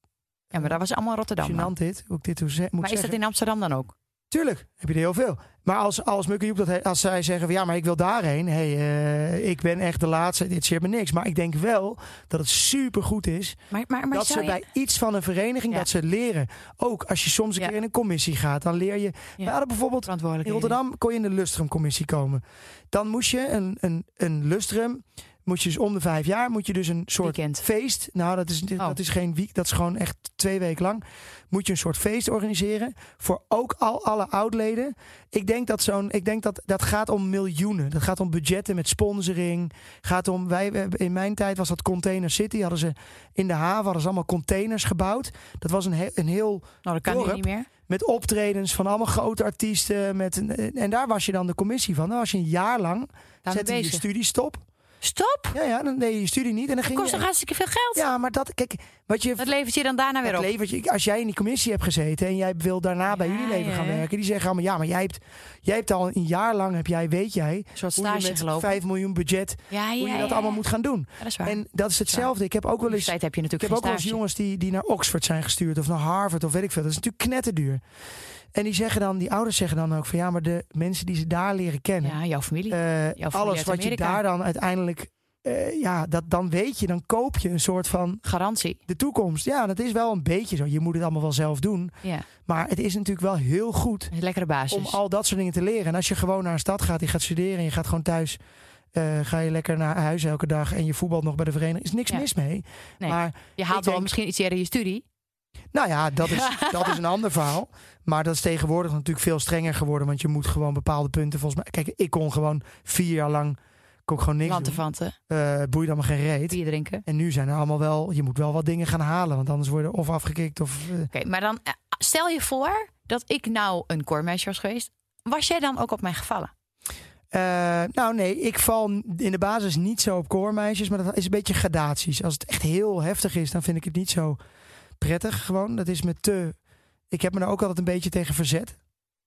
Ja, maar dat was allemaal Rotterdam. dan. gênant dit. Hoe ik dit hoe ze, moet Maar is zeggen. dat in Amsterdam dan ook? Tuurlijk, heb je er heel veel. Maar als, als Muk en Joep dat, he- als zij zeggen van ja, maar ik wil daarheen. Hey, eh, ik ben echt de laatste. Dit zit me niks. Maar ik denk wel dat het supergoed is Maar, maar, maar dat ze zou je- bij iets van een vereniging Ja. dat ze leren. Ook als je soms een Ja. keer in een commissie gaat, dan leer je. Ja. We hadden bijvoorbeeld in verantwoordelijkheden. Rotterdam kon je in de lustrumcommissie komen. Dan moest je een, een, een lustrum, moet je dus om de vijf jaar, moet je dus een soort Weekend. Oh. feest. Nou, dat is, dat is geen week, dat is gewoon echt twee weken lang. Moet je een soort feest organiseren voor ook al alle oudleden. Ik denk dat zo'n, ik denk dat dat gaat om miljoenen. Dat gaat om budgetten met sponsoring. Gaat om, wij we hebben- in mijn tijd was dat Container City. Hadden ze in de haven hadden ze allemaal containers gebouwd. Dat was een, he- een heel Nou, dat kan dorp. nu niet meer. met optredens van allemaal grote artiesten. Met een- eh, en daar was je dan de commissie van. Dan was je een jaar lang. mee Zette je je bezig. studie stop. Stop! Ja, ja, dan deed je je studie niet. En dan Dat ging kost toch je. hartstikke veel geld? Ja, maar dat, kijk, wat je. Dat levert je dan daarna weer dat op. levert je- als jij in die commissie hebt gezeten en jij wil daarna bij Ja, jullie leven gaan ja, ja. werken, die zeggen allemaal ja, maar jij hebt, jij hebt al een jaar lang, heb jij, weet jij, Een soort hoe je stage met gelopen. 5 miljoen budget, ja, ja, hoe je dat ja, allemaal ja. moet gaan doen. Ja, dat is waar. En dat is hetzelfde. Ik heb ook wel in de eens tijd heb je ik heb natuurlijk ook wel geen eens stage. jongens die, die naar Oxford zijn gestuurd of naar Harvard of weet ik veel. Dat is natuurlijk knetterduur. En die zeggen dan, die ouders zeggen dan ook van ja, maar de mensen die ze daar leren kennen, Ja, jouw familie. eh, familie alles uit wat je Amerika. daar dan uiteindelijk, eh, ja, dat, dan weet je, dan koop je een soort van Garantie. de toekomst. Ja, dat is wel een beetje zo. Je moet het allemaal wel zelf doen. Ja, Maar het is natuurlijk wel heel goed een lekkere om basis. al dat soort dingen te leren. En als je gewoon naar een stad gaat, je gaat studeren en je gaat gewoon thuis eh, ga je lekker naar huis elke dag en je voetbalt nog bij de vereniging. Is niks Ja. mis mee. Nee. Maar Je haalt Ik wel denk- misschien iets eerder je studie. nou ja, dat is, dat is een ander verhaal. Maar dat is tegenwoordig natuurlijk veel strenger geworden. Want je moet gewoon bepaalde punten volgens mij. Kijk, ik kon gewoon vier jaar lang kon ik gewoon niks Want doen. van te Eh, boeide allemaal geen reet. bier drinken. En nu zijn er allemaal wel, je moet wel wat dingen gaan halen. Want anders worden of afgekikt of. eh, Oké, maar dan eh, stel je voor dat ik nou een koormeisje was geweest. Was jij dan ook op mij gevallen? eh, nou nee, ik val in de basis niet zo op koormeisjes. Maar dat is een beetje gradaties. Als het echt heel heftig is, dan vind ik het niet zo prettig. Gewoon, dat is me te. Ik heb me daar ook altijd een beetje tegen verzet.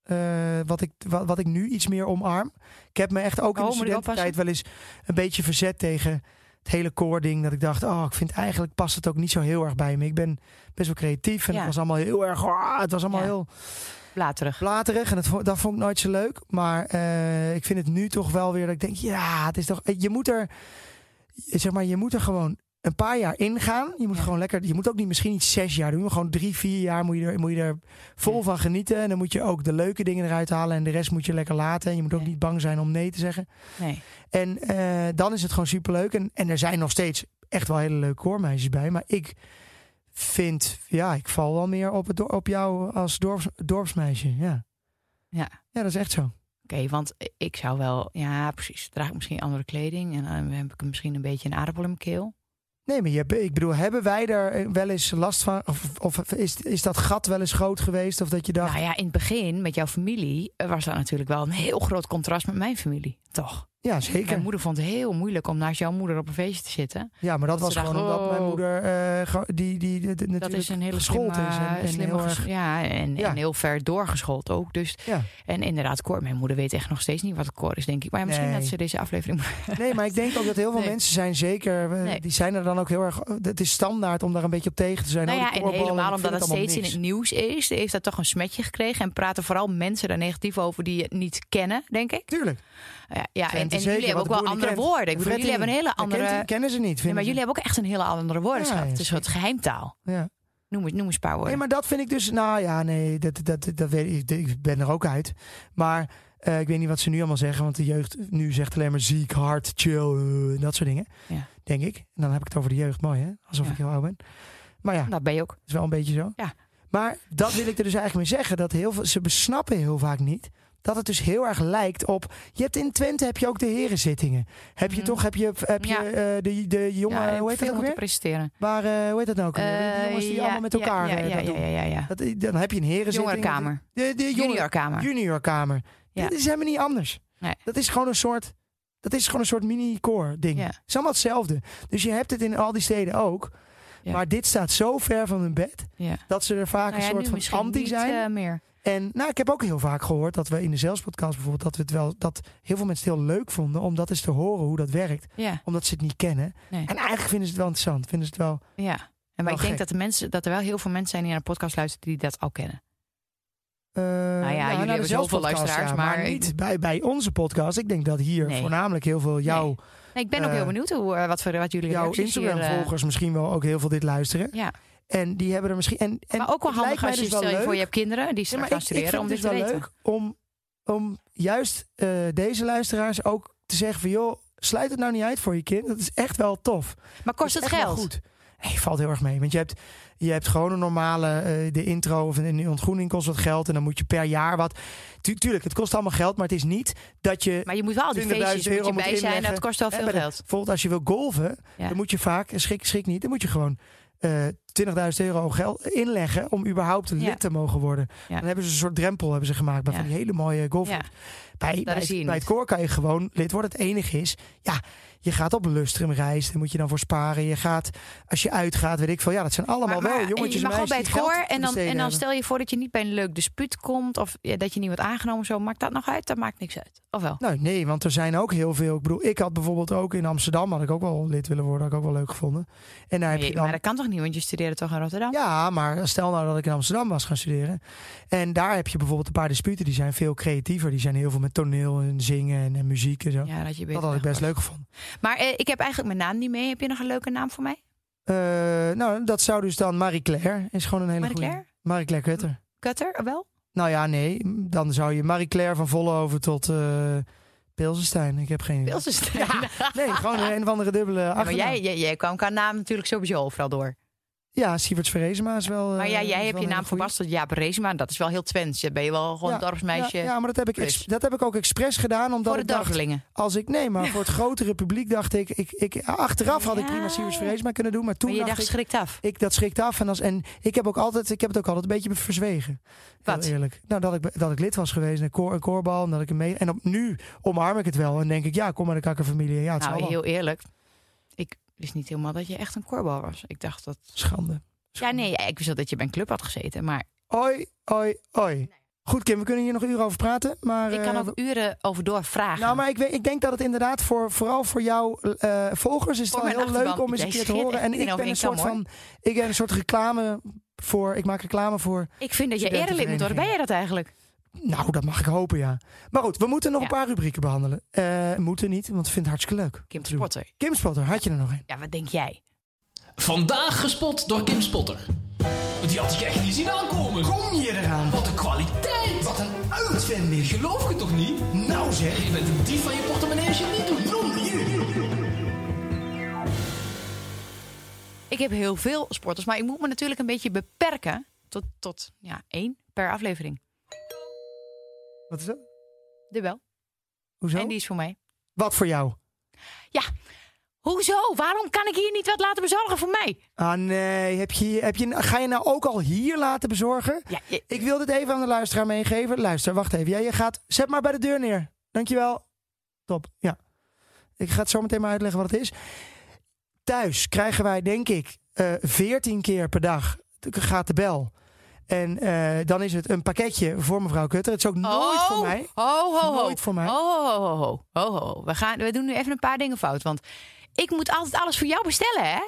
eh, wat, ik, wat, wat ik nu iets meer omarm. Ik heb me echt ook in Oh, de moet ik oppassen? studententijd wel eens een beetje verzet tegen het hele koording. Dat ik dacht, oh, ik vind eigenlijk past het ook niet zo heel erg bij me. Ik ben best wel creatief en Ja. het was allemaal heel erg, ah, het was allemaal Ja. heel Laterig. platerig. En dat vond, dat vond ik nooit zo leuk. Maar eh, ik vind het nu toch wel weer dat ik denk, ja, het is toch. eh, Je moet er, zeg maar, je moet er gewoon een paar jaar ingaan. Je moet Ja. gewoon lekker. Je moet ook niet misschien niet zes jaar doen. maar Gewoon drie, vier jaar moet je er, moet je er vol van genieten. En dan moet je ook de leuke dingen eruit halen. En de rest moet je lekker laten. En je moet ook Ja. niet bang zijn om nee te zeggen. Nee. En eh, dan is het gewoon superleuk. En, en er zijn nog steeds echt wel hele leuke koormeisjes bij. Maar ik vind, ja, ik val wel meer op, het, dor- op jou als dorps, dorpsmeisje. Ja. Ja. ja, dat is echt zo. Oké, want ik zou wel, ja, precies. Draag ik misschien andere kleding en dan heb ik misschien een beetje een aardappel in mijn keel. Nee, maar je, hebt- ik bedoel, hebben wij daar wel eens last van? Of, of is, is dat gat wel eens groot geweest? Of dat je dacht, Nou ja, in het begin met jouw familie eh, was dat natuurlijk wel een heel groot contrast met mijn familie. Toch? ja, Mijn zeker. moeder vond het heel moeilijk om naast jouw moeder op een feestje te zitten. Ja, maar dat dat was ze gewoon dachten, omdat mijn oh, moeder eh, gewoon- die, die, die- die Dat natuurlijk is een hele geschoold slimme, is. En, en slimme heel ges- erg, ja, en, Ja. en heel ver doorgeschoold ook. Dus, Ja. En inderdaad, koor. Mijn moeder weet echt nog steeds niet wat koor is, denk ik. Maar ja, misschien Nee. dat ze deze aflevering Nee, maar ik denk ook dat heel veel Nee. mensen zijn zeker... eh, Nee. Die zijn er dan ook heel erg... eh, Het is standaard om daar een beetje op tegen te zijn. Nou Oh, ja, die en koorballen, helemaal ik omdat vind dat allemaal steeds in niks. het nieuws is, heeft dat toch een smetje gekregen. En praten vooral mensen daar negatief over die het niet kennen, denk ik. Tuurlijk. Ja, ja en, Twente en zeker, jullie hebben wat ook de wel boer niet andere kent. woorden. Ik bedoel, jullie Fretting, hebben een hele dat andere. kent hij- kennen ze niet, Nee, vinden maar ze. jullie hebben ook echt een hele andere woordenschap. Ja, ja, het is wat geheimtaal. Ja. Noem, eens- noem eens een paar Nee, woorden. maar dat vind ik dus... Nou ja, nee, dat, dat, dat, weet ik, ik ben er ook uit. Maar eh, ik weet niet wat ze nu allemaal zeggen. Want de jeugd nu zegt alleen maar ziek, hard, chill, eh, en dat soort dingen. Ja. Denk ik. En dan heb ik het over de jeugd. Mooi, hè? Alsof Ja. ik heel oud ben. Maar ja, Dat ben je ook. is wel een beetje zo. Ja. Maar dat wil ik er dus eigenlijk mee zeggen. Dat heel veel, ze besnappen heel vaak niet. Dat het dus heel erg lijkt op. Je hebt in Twente heb je ook de herenzittingen. Heb je Mhm. toch, heb je, heb je Ja. eh, de, de jonge, Ja, hoe heet dat veel ook moeten weer? presenteren. Waar, eh, hoe heet dat nou ook? weer? Die Eh, jongens die ja, allemaal met ja, elkaar Ja, eh, ja, dat ja, doen. ja, ja, ja. Dat, eh, dan heb je een herenzitting. Jongerenkamer. De, de jongen- Juniorkamer. juniorkamer. Ja. Dit is helemaal niet anders. Nee. Dat is gewoon een soort, dat is gewoon een soort mini-core ding. Ja. Het is allemaal hetzelfde. Dus je hebt het in al die steden ook. Ja. Maar dit staat zo ver van hun bed Ja. dat ze er vaak Nou ja, een nu soort van misschien anti niet, zijn. eh, meer. En nou, ik heb ook heel vaak gehoord dat we in de zelfspodcast bijvoorbeeld dat we het wel dat heel veel mensen het heel leuk vonden om dat eens te horen hoe dat werkt, Ja, omdat ze het niet kennen. Nee. En eigenlijk vinden ze het wel interessant, vinden ze het wel. ja. En maar Wel ik denk gek. dat, de mensen, dat er wel heel veel mensen zijn die naar de podcast luisteren die dat al kennen. eh, nou jullie naar de hebben zoveel zelfspodcast, luisteraars, ja, maar maar ik- niet bij, bij onze podcast. Ik denk dat hier Nee. voornamelijk heel veel jouw, Nee. Nee, ik ben ook Eh, heel benieuwd hoe, eh, wat, voor, wat jullie jouw reacties hier, eh, Instagram-volgers misschien wel ook heel veel dit luisteren. Ja. En die hebben er misschien. En, en maar ook wel het lijkt handig mij als je, dus stel wel je leuk- voor, je hebt kinderen die Ja, straks maar ik, gaan ik vind studeren het om dus dit te wel weten. leuk om, om juist eh, deze luisteraars ook te zeggen van... joh, sluit het nou niet uit voor je kind. Dat is echt wel tof. Maar kost Dat het is echt wel geld? Goed. Nee, valt heel erg mee. Want je hebt, je hebt gewoon een normale... eh, de intro of een, een ontgroening kost wat geld. En dan moet je per jaar wat... Tu- tuurlijk, het kost allemaal geld. Maar het is niet dat je... Maar je moet wel al die 20.000 feestjes euro moet je moet bij zijn. inleggen. Dat kost wel Hè, veel bij de- geld. Bijvoorbeeld als je wil golven, Ja. dan moet je vaak... Schrik, schrik niet. Dan moet je gewoon... eh 20.000 euro geld inleggen om überhaupt lid Ja. te mogen worden. Ja. Dan hebben ze een soort drempel hebben ze gemaakt bij Ja. van die hele mooie golf. Ja. Bij, bij, is hier het, bij niet. het koor kan je gewoon lid worden. Het enige is, ja, je gaat op lustrum reis. Daar moet je dan voor sparen. Je gaat, als je uitgaat, weet ik veel. Ja, dat zijn allemaal Maar- maar- wel jongetjes je mag en wel bij meisjes het die koor geld te en dan, besteden en dan hebben. stel je voor dat je niet bij een leuk dispuut komt of ja, dat je niet wordt aangenomen. Zo maakt dat nog uit? Dat maakt niks uit. Of wel? Nou, nee, want er zijn ook heel veel. Ik bedoel, ik had bijvoorbeeld ook in Amsterdam had ik ook wel lid willen worden. Had ik ook wel leuk gevonden. En daar heb Nee, je dan maar dat kan toch niet, want je studeerde toch in Rotterdam? Ja, maar stel nou dat ik in Amsterdam was gaan studeren. En daar heb je bijvoorbeeld een paar disputen. Die zijn veel creatiever. Die zijn heel veel met toneel en zingen en, en muziek en zo. Ja, dat je beter dat had ik nog wordt. best leuk gevonden. Maar eh, ik heb eigenlijk mijn naam niet mee. Heb je nog een leuke naam voor mij? Eh, nou, dat zou dus dan Marie Claire. Is gewoon een hele goede. Marie-Claire? Marie Claire Kutter. Kutter? Oh, Wel? Nou ja, nee. Dan zou je Marie Claire van Vollenhoven tot, eh, Pilsenstein, ik heb geen idee. Pilsenstein. Nee, gewoon een of andere dubbele Ja, maar achternaam. Ja, jij, jij, jij kwam qua naam natuurlijk sowieso overal door. Sievert Verezema is wel... Maar eh, ja, is wel jij hebt je naam een hele goeie. verbasterd. Ja, Berezema, dat is wel heel Twents. Dan ben je wel gewoon Ja, een dorpsmeisje. Ja, ja, maar dat heb, ik Plus. ex- dat heb ik ook expres gedaan. Omdat Voor de ik dacht, dorpelingen. als ik... Nee, maar voor het grotere publiek dacht ik... ik, ik achteraf had ik prima Ja. Sievert Verezema kunnen doen. Maar toen Maar je dacht dacht ik... schrikt af. Ik, dat schrikt af. En, als, en ik, heb ook altijd, ik heb het ook altijd een beetje verzwegen. Heel Wat? Eerlijk. Nou, dat ik, dat ik lid was geweest. Een, koor, een koorbal. En, dat ik hem mee, en op, nu omarm ik het wel. En denk ik, ja, kom maar de kakkerfamilie. Ja, het is Nou, allemaal heel eerlijk. Ik wist niet helemaal dat je echt een korbal was. Ik dacht dat... schande. Ja, nee, ik wist wel dat je bij een club had gezeten. Maar Oi, oi, oi. Goed, Kim, we kunnen hier nog uren over praten. Maar, ik kan eh, ook uren over doorvragen. Nou, maar ik, weet, ik denk dat het inderdaad voor, vooral voor jouw eh, volgers is het Voor wel mijn heel leuk achterban. om eens een Jij keer te scheert horen. echt En iedereen ik ben over een één soort kam, van, ik ben een soort reclame voor, ik maak reclame voor. Ik vind dat je eerlijk moet worden. Ben jij dat eigenlijk? Nou, dat mag ik hopen, ja. Maar goed, we moeten nog Ja. een paar rubrieken behandelen. Eh, moeten niet, want ik vind het hartstikke leuk. Kim Spotter. Kim Spotter, had je er nog een? Ja, wat denk jij? Vandaag gespot door Kim Spotter. Die had ik echt niet zien aankomen. Kom je eraan? Wat een kwaliteit! Wat een... Uitvinding. Geloof ik het toch niet? Nou zeg. Je bent een dief van je portemonnee als je het niet doet. Ik heb heel veel sporters, maar ik moet me natuurlijk een beetje beperken tot, tot ja, één per aflevering. Wat is dat? De wel. Hoezo? En die is voor mij. Wat voor jou? Hoezo? Waarom kan ik hier niet wat laten bezorgen voor mij? Ah nee, heb je, heb je, ga je nou ook al hier laten bezorgen? Ja, je- Ik wil dit even aan de luisteraar meegeven. Luister, wacht even. Jij je gaat, zet maar bij de deur neer. Dankjewel. Top, ja. Ik ga het zo meteen maar uitleggen wat het is. Thuis krijgen wij, denk ik, eh 14 keer per dag t- gaat de bel. En eh, dan is het een pakketje voor mevrouw Kutter. Het is ook nooit oh, voor mij. Ho, ho, ho. Nooit voor mij. Ho, ho, ho, ho. ho, ho, ho. We, gaan, we doen nu even een paar dingen fout. Want ik moet altijd alles voor jou bestellen, hè?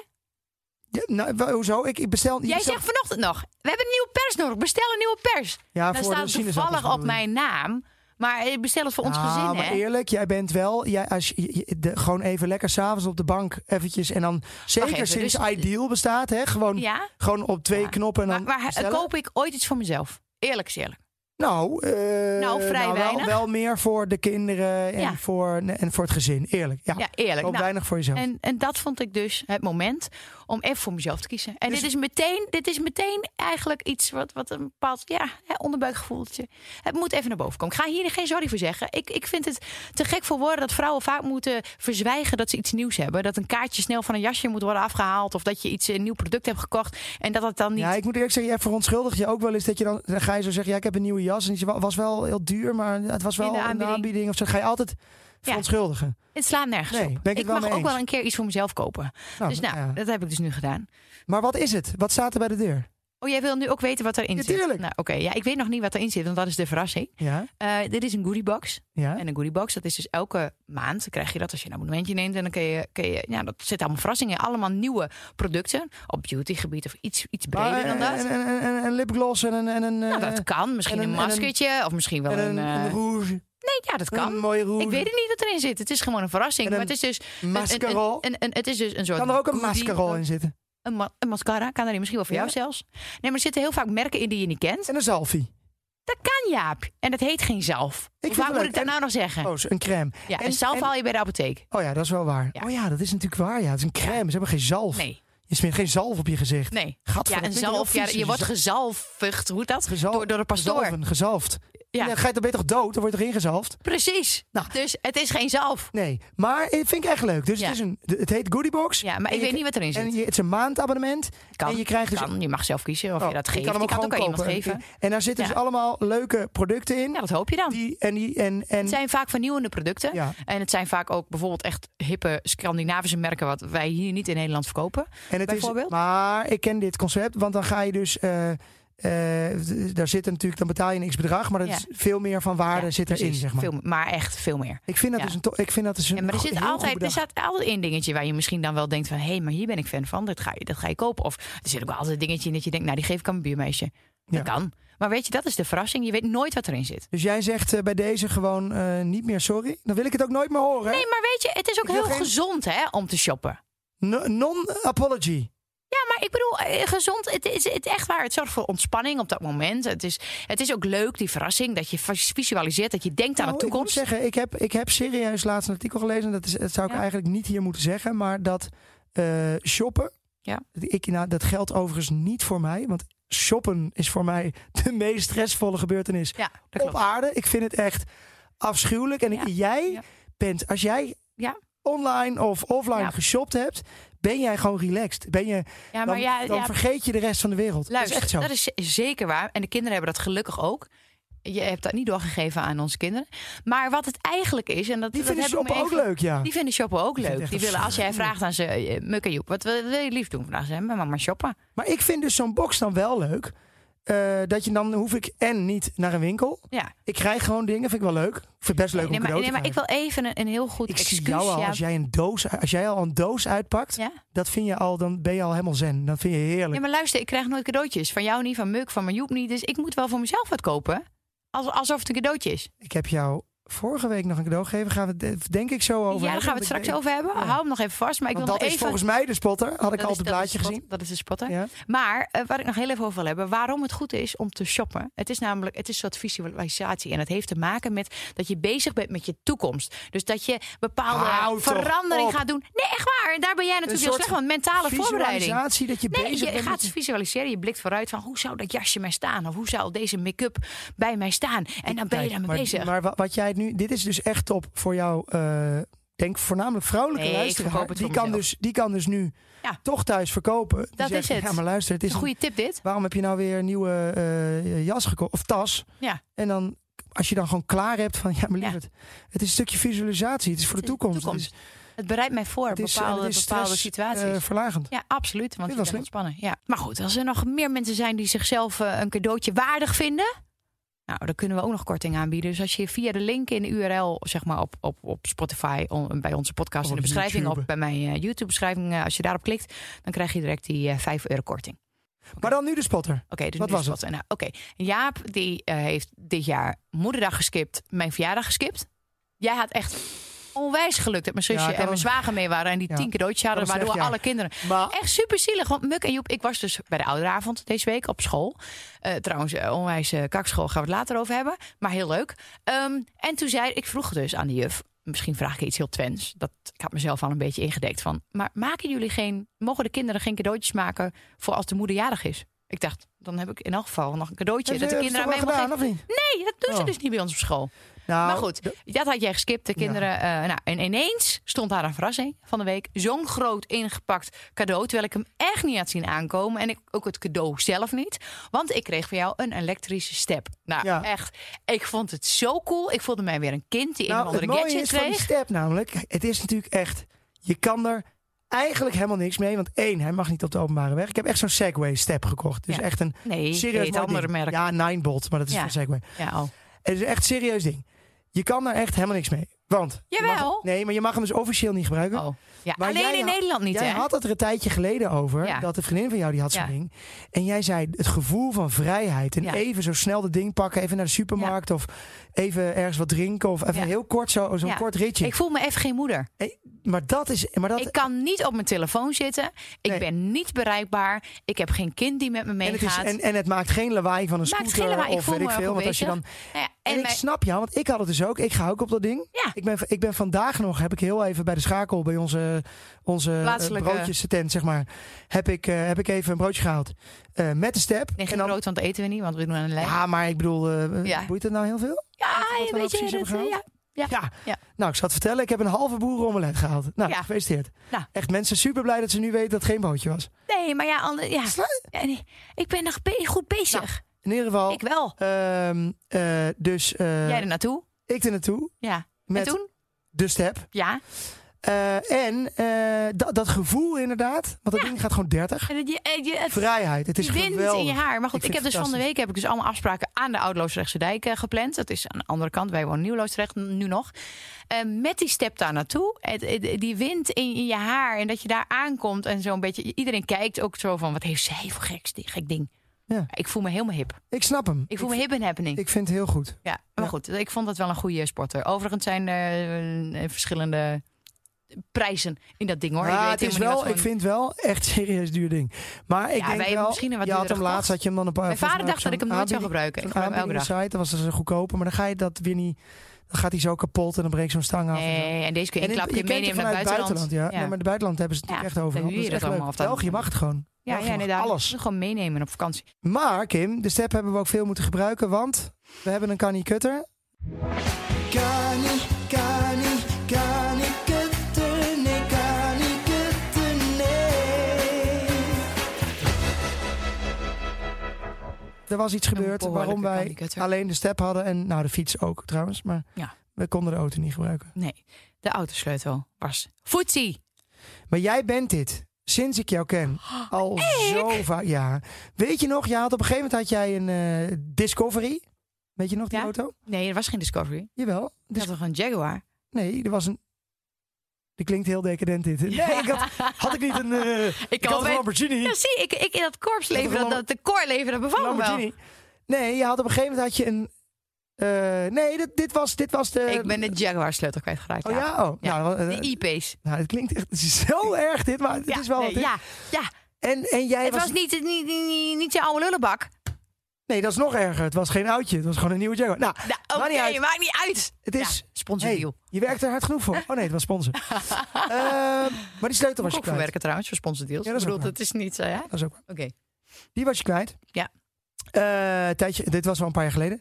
Ja, nou, wa- hoezo? Ik, ik bestel... je Jij bestel- zegt vanochtend nog: we hebben een nieuwe pers nodig. Bestel een nieuwe pers. Ja, Dan voor de staat het sinaasappels toevallig op bedoel ik. mijn naam. Maar eh, bestel het voor ons Ja, gezin, Nou, Ah, maar hè? eerlijk, jij bent wel... Jij, als je, je- de, gewoon even lekker s'avonds op de bank eventjes. En dan zeker even, sinds dus- Ideal bestaat, hè? Gewoon, Ja. gewoon op twee Ja. knoppen en Maar, dan maar eh, bestellen. koop ik ooit iets voor mezelf? Eerlijk is eerlijk. Nou, eh, Nou, vrij Wel, weinig. wel meer voor de kinderen en, Ja. voor, en voor het gezin. Eerlijk, ja. Ja, eerlijk. Koop Nou, weinig voor jezelf. En, en dat vond ik dus het moment om even voor mezelf te kiezen. En Dus- dit, is meteen, dit is meteen eigenlijk iets wat, wat een bepaald ja, hè, onderbuikgevoeltje. Het moet even naar boven komen. Ik ga hier geen sorry voor zeggen. Ik, ik vind het te gek voor woorden dat vrouwen vaak moeten verzwijgen dat ze iets nieuws hebben. Dat een kaartje snel van een jasje moet worden afgehaald. Of dat je iets, een nieuw product hebt gekocht. En dat het dan niet. Ja, ik moet eerlijk zeggen, jij verontschuldigt je ook wel eens dat je dan, dan ga je zo zeggen, ja, ik heb een nieuwe jas en die wa- was wel heel duur, maar het was wel In de een aanbieding. aanbieding of zo. Ga je altijd verontschuldigen. Het slaat nergens Nee, op. ben ik het wel mag mee ook eens. wel een keer iets voor mezelf kopen. Nou, dus nou, ja. dat heb ik dus nu gedaan. Maar wat is het? Wat staat er bij de deur? Oh, jij wil nu ook weten wat erin Ja, zit? tuurlijk. Nou, oké. Ja, ik weet nog niet wat erin zit, want dat is de verrassing. Ja, Eh, dit is een goodiebox. ja. En een goodiebox, dat is dus elke maand krijg je dat als je een abonnementje neemt. En dan kun je, kun je ja, dat zit allemaal verrassingen. Allemaal nieuwe producten op beautygebied of iets, iets breder Maar, dan eh, dat. en- en- en- en Een lipgloss en een... En een nou, eh, dat kan. Misschien en een- een, en een- maskertje of misschien wel en een... een, een eh, rouge. nee, ja, dat kan. Een mooie rouge. Ik weet het niet wat erin zit. Het is gewoon een verrassing. En maar een het is dus... een- mascarol. Een, een, een- het is dus een soort... Kan er ook een goodie- mascarol in zitten? Een, ma- een mascara kan erin. Misschien wel voor Ja. jou zelfs. Nee, maar er zitten heel vaak merken in die je niet kent. En een zalfie. Dat kan, Jaap. En dat heet geen zalf. vind Waar het moet leuk. ik dat En- nou nog zeggen? Oh, een crème. ja, en- een zalf en- haal je bij de apotheek. Oh ja, dat is wel waar. Ja. Oh ja, dat is natuurlijk waar. Ja, het is een crème. Ze hebben geen zalf. Nee. Je smeert geen zalf op je gezicht. Nee. Gadver, ja, dat een klinkt heel zalf. Ja, vies. je wordt gezalvigd. Hoe dat? Gezal- door, door de pastoor. Gezalven, gezalfd. Ja. Ja. ga je dan ben je toch dood? Dan word je toch ingezalfd? Precies. Nou. Dus het is geen zalf. Nee, maar het vind ik echt leuk. Dus Ja. het, is een, het heet Goodiebox. Ja, maar En ik je- weet niet wat erin En zit. je, het is een maandabonnement. Kan, en je krijgt dus... kan. Je mag zelf kiezen of Oh, je dat je geeft. kan hem ook je kan gewoon het ook aan iemand kopen. geven. En, en daar zitten dus Ja. allemaal leuke producten in. Ja, dat hoop je dan. die, en die, en, en, Het zijn vaak vernieuwende producten. Ja. En het zijn vaak ook bijvoorbeeld echt hippe Scandinavische merken... wat wij hier niet in Nederland verkopen. en het bijvoorbeeld? Is, maar ik ken dit concept, want dan ga je dus... eh, eh, d- daar zit natuurlijk, dan betaal je een x-bedrag, maar dat Ja. is veel meer van waarde Ja, zit erin, precies. zeg maar. Veel- maar echt veel meer. Ik vind dat Ja. dus een to- ik vind dat dus een Ja, maar er go- zit heel goed altijd, er bedacht. staat altijd één dingetje waar je misschien dan wel denkt van... hé, hey, maar hier ben ik fan van, dat ga, je, dat ga je kopen. Of er zit ook wel altijd een dingetje in dat je denkt... nou, die geef ik aan mijn buurmeisje. Dat Ja. kan. Maar weet je, dat is de verrassing. Je weet nooit wat erin zit. Dus jij zegt eh, bij deze gewoon eh, niet meer sorry. Dan wil ik het ook nooit meer horen. hè? Nee, maar weet je, het is ook Ik wil heel geen- gezond hè, om te shoppen. No- Non-apology. Ja, maar ik bedoel, eh, gezond, het is het echt waar. Het zorgt voor ontspanning op dat moment. Het is, het is ook leuk, die verrassing, dat je vis- visualiseert, dat je denkt aan de Nou, toekomst. Ik moet zeggen, ik heb, ik heb serieus laatst een artikel gelezen. en Dat, is, dat zou ik Ja. eigenlijk niet hier moeten zeggen. Maar dat eh, shoppen. Ja. Ik, nou, dat geldt overigens niet voor mij. Want shoppen is voor mij de meest stressvolle gebeurtenis ja, dat op klopt. aarde. Ik vind het echt afschuwelijk. En ik- Ja. jij Ja. bent, als jij Ja. online of offline Ja. geshopt hebt, ben jij gewoon relaxed. Ben je, Ja, dan maar ja, dan ja, vergeet je de rest van de wereld. Luister, dat is echt zo. zeker waar. En de kinderen hebben dat gelukkig ook. Je hebt dat niet doorgegeven aan onze kinderen. Maar wat het eigenlijk is, en dat, Die dat vinden heb ik me shoppen ook even- leuk, ja. Die vinden shoppen ook vind het leuk. echt Die willen, als jij vraagt aan ze, eh, Muk en Joep, wat wil, wil je lief doen vandaag? Ze hebben met mama shoppen. Maar ik vind dus zo'n box dan wel leuk. eh, dat je dan hoef ik en niet naar een winkel. Ja. Ik krijg gewoon dingen, vind ik wel leuk. Ik vind het best leuk nee, om maar, cadeau nee, maar te ik wil even een, een heel goed krijgen. Ik excuus. zie jou al, ja. als jij, een doos, als jij al een doos uitpakt, Ja? dat vind je al, dan ben je al helemaal zen. Dat vind je heerlijk. Ja, maar luister, ik krijg nooit cadeautjes. Van jou niet, van Muk, van mijn Joep niet. Dus ik moet wel voor mezelf wat kopen. Als, alsof het een cadeautje is. Ik heb jou vorige week nog een cadeau gegeven. Gaan we het denk ik zo over ja, daar hebben. gaan we het Want straks ik denk- over hebben. Ja. Hou hem nog even vast. Maar ik Want wil dat nog is even... volgens mij de spotter. Had Dat ik al is- op het dat is blaadje de spot- gezien. Dat is de spotter. Ja. Maar eh, waar ik nog heel even over wil hebben, waarom het goed is om te shoppen. Het is namelijk, het is een soort visualisatie. En het heeft te maken met dat je bezig bent met je toekomst. Dus dat je bepaalde Houd toch verandering op. gaat doen. Nee, echt waar. En daar ben jij natuurlijk heel soort slecht van. Mentale voorbereiding. Visualisatie dat je Nee, bezig je bent. gaat met- visualiseren. Je blikt vooruit van hoe zou dat jasje mij staan? Of hoe zou deze make-up bij mij staan? En dan ben je Kijk, daarmee maar, bezig. Maar wa- wat jij nu, dit is dus echt top voor jou. eh, denk voornamelijk vrouwelijke Nee, ik luisteraar. verkoop het Die voor kan, mezelf. dus, die kan dus nu Ja. toch thuis verkopen. Die Dat zegt, is het. Ja, maar luister, het Is is een goede tip dit. een- waarom heb je nou weer een nieuwe eh, jas gekocht of tas? Ja. En dan als je dan gewoon klaar hebt van ja, maar Ja. lieverd, het is een stukje visualisatie. Het is voor de Het is toekomst. toekomst. Het is, Het bereidt mij voor het is, en bepaalde, het is bepaalde stress, situaties. eh, verlagend. Ja, absoluut. Want Vind je je bent wel ontspannen. Ja. Maar goed, als er nog meer mensen zijn die zichzelf eh, een cadeautje waardig vinden. Nou, dan kunnen we ook nog korting aanbieden. Dus als je via de link in de URL, zeg maar op, op, op Spotify, on- bij onze podcast Of in de op beschrijving, YouTube. of bij mijn eh, YouTube-beschrijving, eh, als je daarop klikt, dan krijg je direct die eh, 5 euro korting. Maar dan nu de spotter. Oké, dus Wat nu was is Nou, Oké, Jaap die eh, heeft dit jaar moederdag geskipt, mijn verjaardag geskipt. Jij had echt onwijs geluk dat mijn Ja, zusje ik had en mijn een- zwager mee waren en die Ja, tien cadeautjes hadden, ik had een waardoor slecht alle kinderen Maar Echt super zielig. Want Muk en Joep, ik was dus bij de ouderavond deze week op school. Eh, trouwens, eh, onwijs eh, kakschool gaan we het later over hebben. Maar heel leuk. Ehm, en toen zei ik vroeg dus aan de juf. Misschien vraag ik iets heel twens. Dat, ik had mezelf al een beetje ingedekt van. Maar maken jullie geen. Mogen de kinderen geen cadeautjes maken voor als de moeder jarig is? Ik dacht, dan heb ik in elk geval nog een cadeautje. Dat de kinderen aan mij mogen gedaan, geven. of niet? Nee, dat doen ze Oh. dus niet bij ons op school. Nou, Maar goed, dat had jij geskipt. De kinderen. eh, nou, en ineens stond daar een verrassing van de week. Zo'n groot ingepakt cadeau. Terwijl ik hem echt niet had zien aankomen. En ik, ook het cadeau zelf niet. Want ik kreeg van jou een elektrische step. Nou, Ja. echt. Ik vond het zo cool. Ik voelde mij weer een kind die een Nou, of het andere mooie gadget is van die kreeg. step namelijk. kijk, Het is natuurlijk echt. Je kan er eigenlijk helemaal niks mee. Want één, hij mag niet op de openbare weg. Ik heb echt zo'n Segway step gekocht. Dus Ja. echt een Nee, serieus het mooi andere ding. merk. Ja. Ja, Ninebot, maar dat is Ja. van Segway. oh. Het is echt een serieus ding. Je kan er echt helemaal niks mee. Want. je mag- Jawel. nee, maar je mag hem dus officieel niet gebruiken. Oh. ja. Maar Alleen jij in had- Nederland niet, jij hè? had het er een tijdje geleden over. Ja. Dat de vriendin van jou die had zo'n Ja. ding. En jij zei het gevoel van vrijheid. En Ja. even zo snel dat ding pakken. Even naar de supermarkt. Of even ergens wat drinken. Of even Ja. heel kort zo- zo'n Ja. kort ritje. Ik voel me even geen moeder. Maar dat is. Maar dat, Ik kan niet op mijn telefoon zitten. Ik Nee. ben niet bereikbaar. Ik heb geen kind die met me en, het meegaat. is, en, en het maakt geen lawaai van een Maakt scooter geen lawaai. Ik of voel weet ik me veel. goed Want als je dan, Nou ja, en en ik mijn- snap jou, want ik had het dus ook. Ik ga ook op dat ding. Ja. Ik, ben, ik ben vandaag nog, heb ik heel even bij de schakel bij onze, onze eh, Plaatselijke- broodjes tent, zeg maar. Heb ik, eh, heb ik even een broodje gehaald eh, met de step. Nee, en geen dan, brood, want dat eten we niet, want we doen aan de lijn. ja, maar ik bedoel, eh, Ja. boeit het nou heel veel? Ja, wat we nou precies hebben eh, gehaald? Ja. Ja. Nou, ik zat te vertellen, ik heb een halve boerenomelet gehaald. Nou, Ja. gefeliciteerd. Nou. Echt mensen super blij dat ze nu weten dat het geen broodje was. ja. Nee, maar ja, ander- ja. Sla- Nou, Ja, nee. ik ben nog be- goed bezig. In ieder geval, ik wel. ehm, eh, dus oh. eh, Jij er naartoe. ik er naartoe Ja. met en toen? de step. Ja. Eh, en eh, da- dat gevoel inderdaad, want dat ding gaat gewoon 30. En het, je, eh, je- het- Vrijheid, het is die wind geweldig. in je haar. Maar goed, Ik ik, vind heb het dus van de week heb ik dus allemaal afspraken aan de Oud-Loosrechtse dijk eh, gepland. Dat is aan de andere kant. Wij wonen Nieuw-Loosrecht nu nog. Eh, met die step daar naartoe. Het- het- die wind in, in je haar. En dat je daar aankomt en zo'n beetje. Iedereen kijkt ook zo van: wat heeft zij voor geks, gek ding? Ja. Ik voel me helemaal hip. Ik snap hem. Ik voel me hip en happening. Ik vind het heel goed. Ja, maar Ja. goed, ik vond dat wel een goede sporter. Overigens zijn er eh, verschillende prijzen in dat ding hoor. Ja, ik weet Ah, het is helemaal niet wel, wat ik voor een- vind wel echt serieus duur ding. Maar ik Ja, wij denk hebben wel, misschien een wat je had hem duurdere laatst, gekocht. had je hem dan een paar... Mijn volgens vader mij dacht dat ik hem nooit zou gebruiken. Ik ook zo'n gebruik hem elke dag. aanbieding- site, dan was ze goedkoper. Maar dan ga je dat weer niet... Dan gaat hij zo kapot en dan breekt zo'n stang af. en zo. Nee, en deze kun je En één in- klapje je kent meenemen het naar het vanuit buitenland. ja. Nee, maar in het buitenland hebben ze het Ja, natuurlijk echt overal. dan huur Dat je is dat echt allemaal leuk. of dan- België mag het gewoon. ja, België ja, mag inderdaad. Alles. Gewoon meenemen op vakantie. Maar Kim, de step hebben we ook veel moeten gebruiken, want we hebben een Kanye Cutter. Kan niet, kan niet, kan niet kutten, nee, kan niet kutten, nee. Er was iets gebeurd behoorlijke waarom Kanye wij Cutter. alleen de step hadden en nou de fiets ook trouwens, maar Ja. we konden de auto niet gebruiken. Nee, de autosleutel was footsie. Maar jij bent dit. Sinds ik jou ken. Al zo vaak. Ja. Weet je nog, je had op een gegeven moment had jij een eh, Discovery. Weet je nog die Ja. auto? Nee, er was geen Discovery. Jawel. Dat Dus, was toch een Jaguar? Nee, er was een. Dit klinkt heel decadent dit. Nee, ik had, had ik niet een. eh, ik, kan had een wel- Lamborghini. Ja, zie, ik, ik in dat korpsleven, Dat was dat, dat decorleven, dat bevalt me wel. Lamborghini. Nee, je had op een gegeven moment had je een. eh, nee, dit, dit, was, dit was de. ik ben de Jaguar sleutel kwijtgeraakt. Oh ja. ja, oh. Ja, Nou, eh, De IP's. nou, het klinkt echt het is zo erg dit, maar het ja, is wel. wat nee, dit- ja, ja. En, en jij Het was. was niet, niet, niet, niet je oude lullenbak. Nee, dat is nog erger. Het was geen oudje, het was gewoon een nieuwe Jaguar. Nou, Nou, Oké, maakt niet uit. maakt niet uit. Het is. Ja, sponsordeal. Je werkt er hard genoeg voor. Oh nee, het was sponsor. Ehm, maar die sleutel was je ook kwijt. verwerken trouwens, voor sponsordeals. Ja, Ja, dat dat is ik bedoel, ook dat waar. is niet zo, ja. Oké. Dat is ook waar. Die was je kwijt. Ja. Eh, tijdje, dit was wel een paar jaar geleden.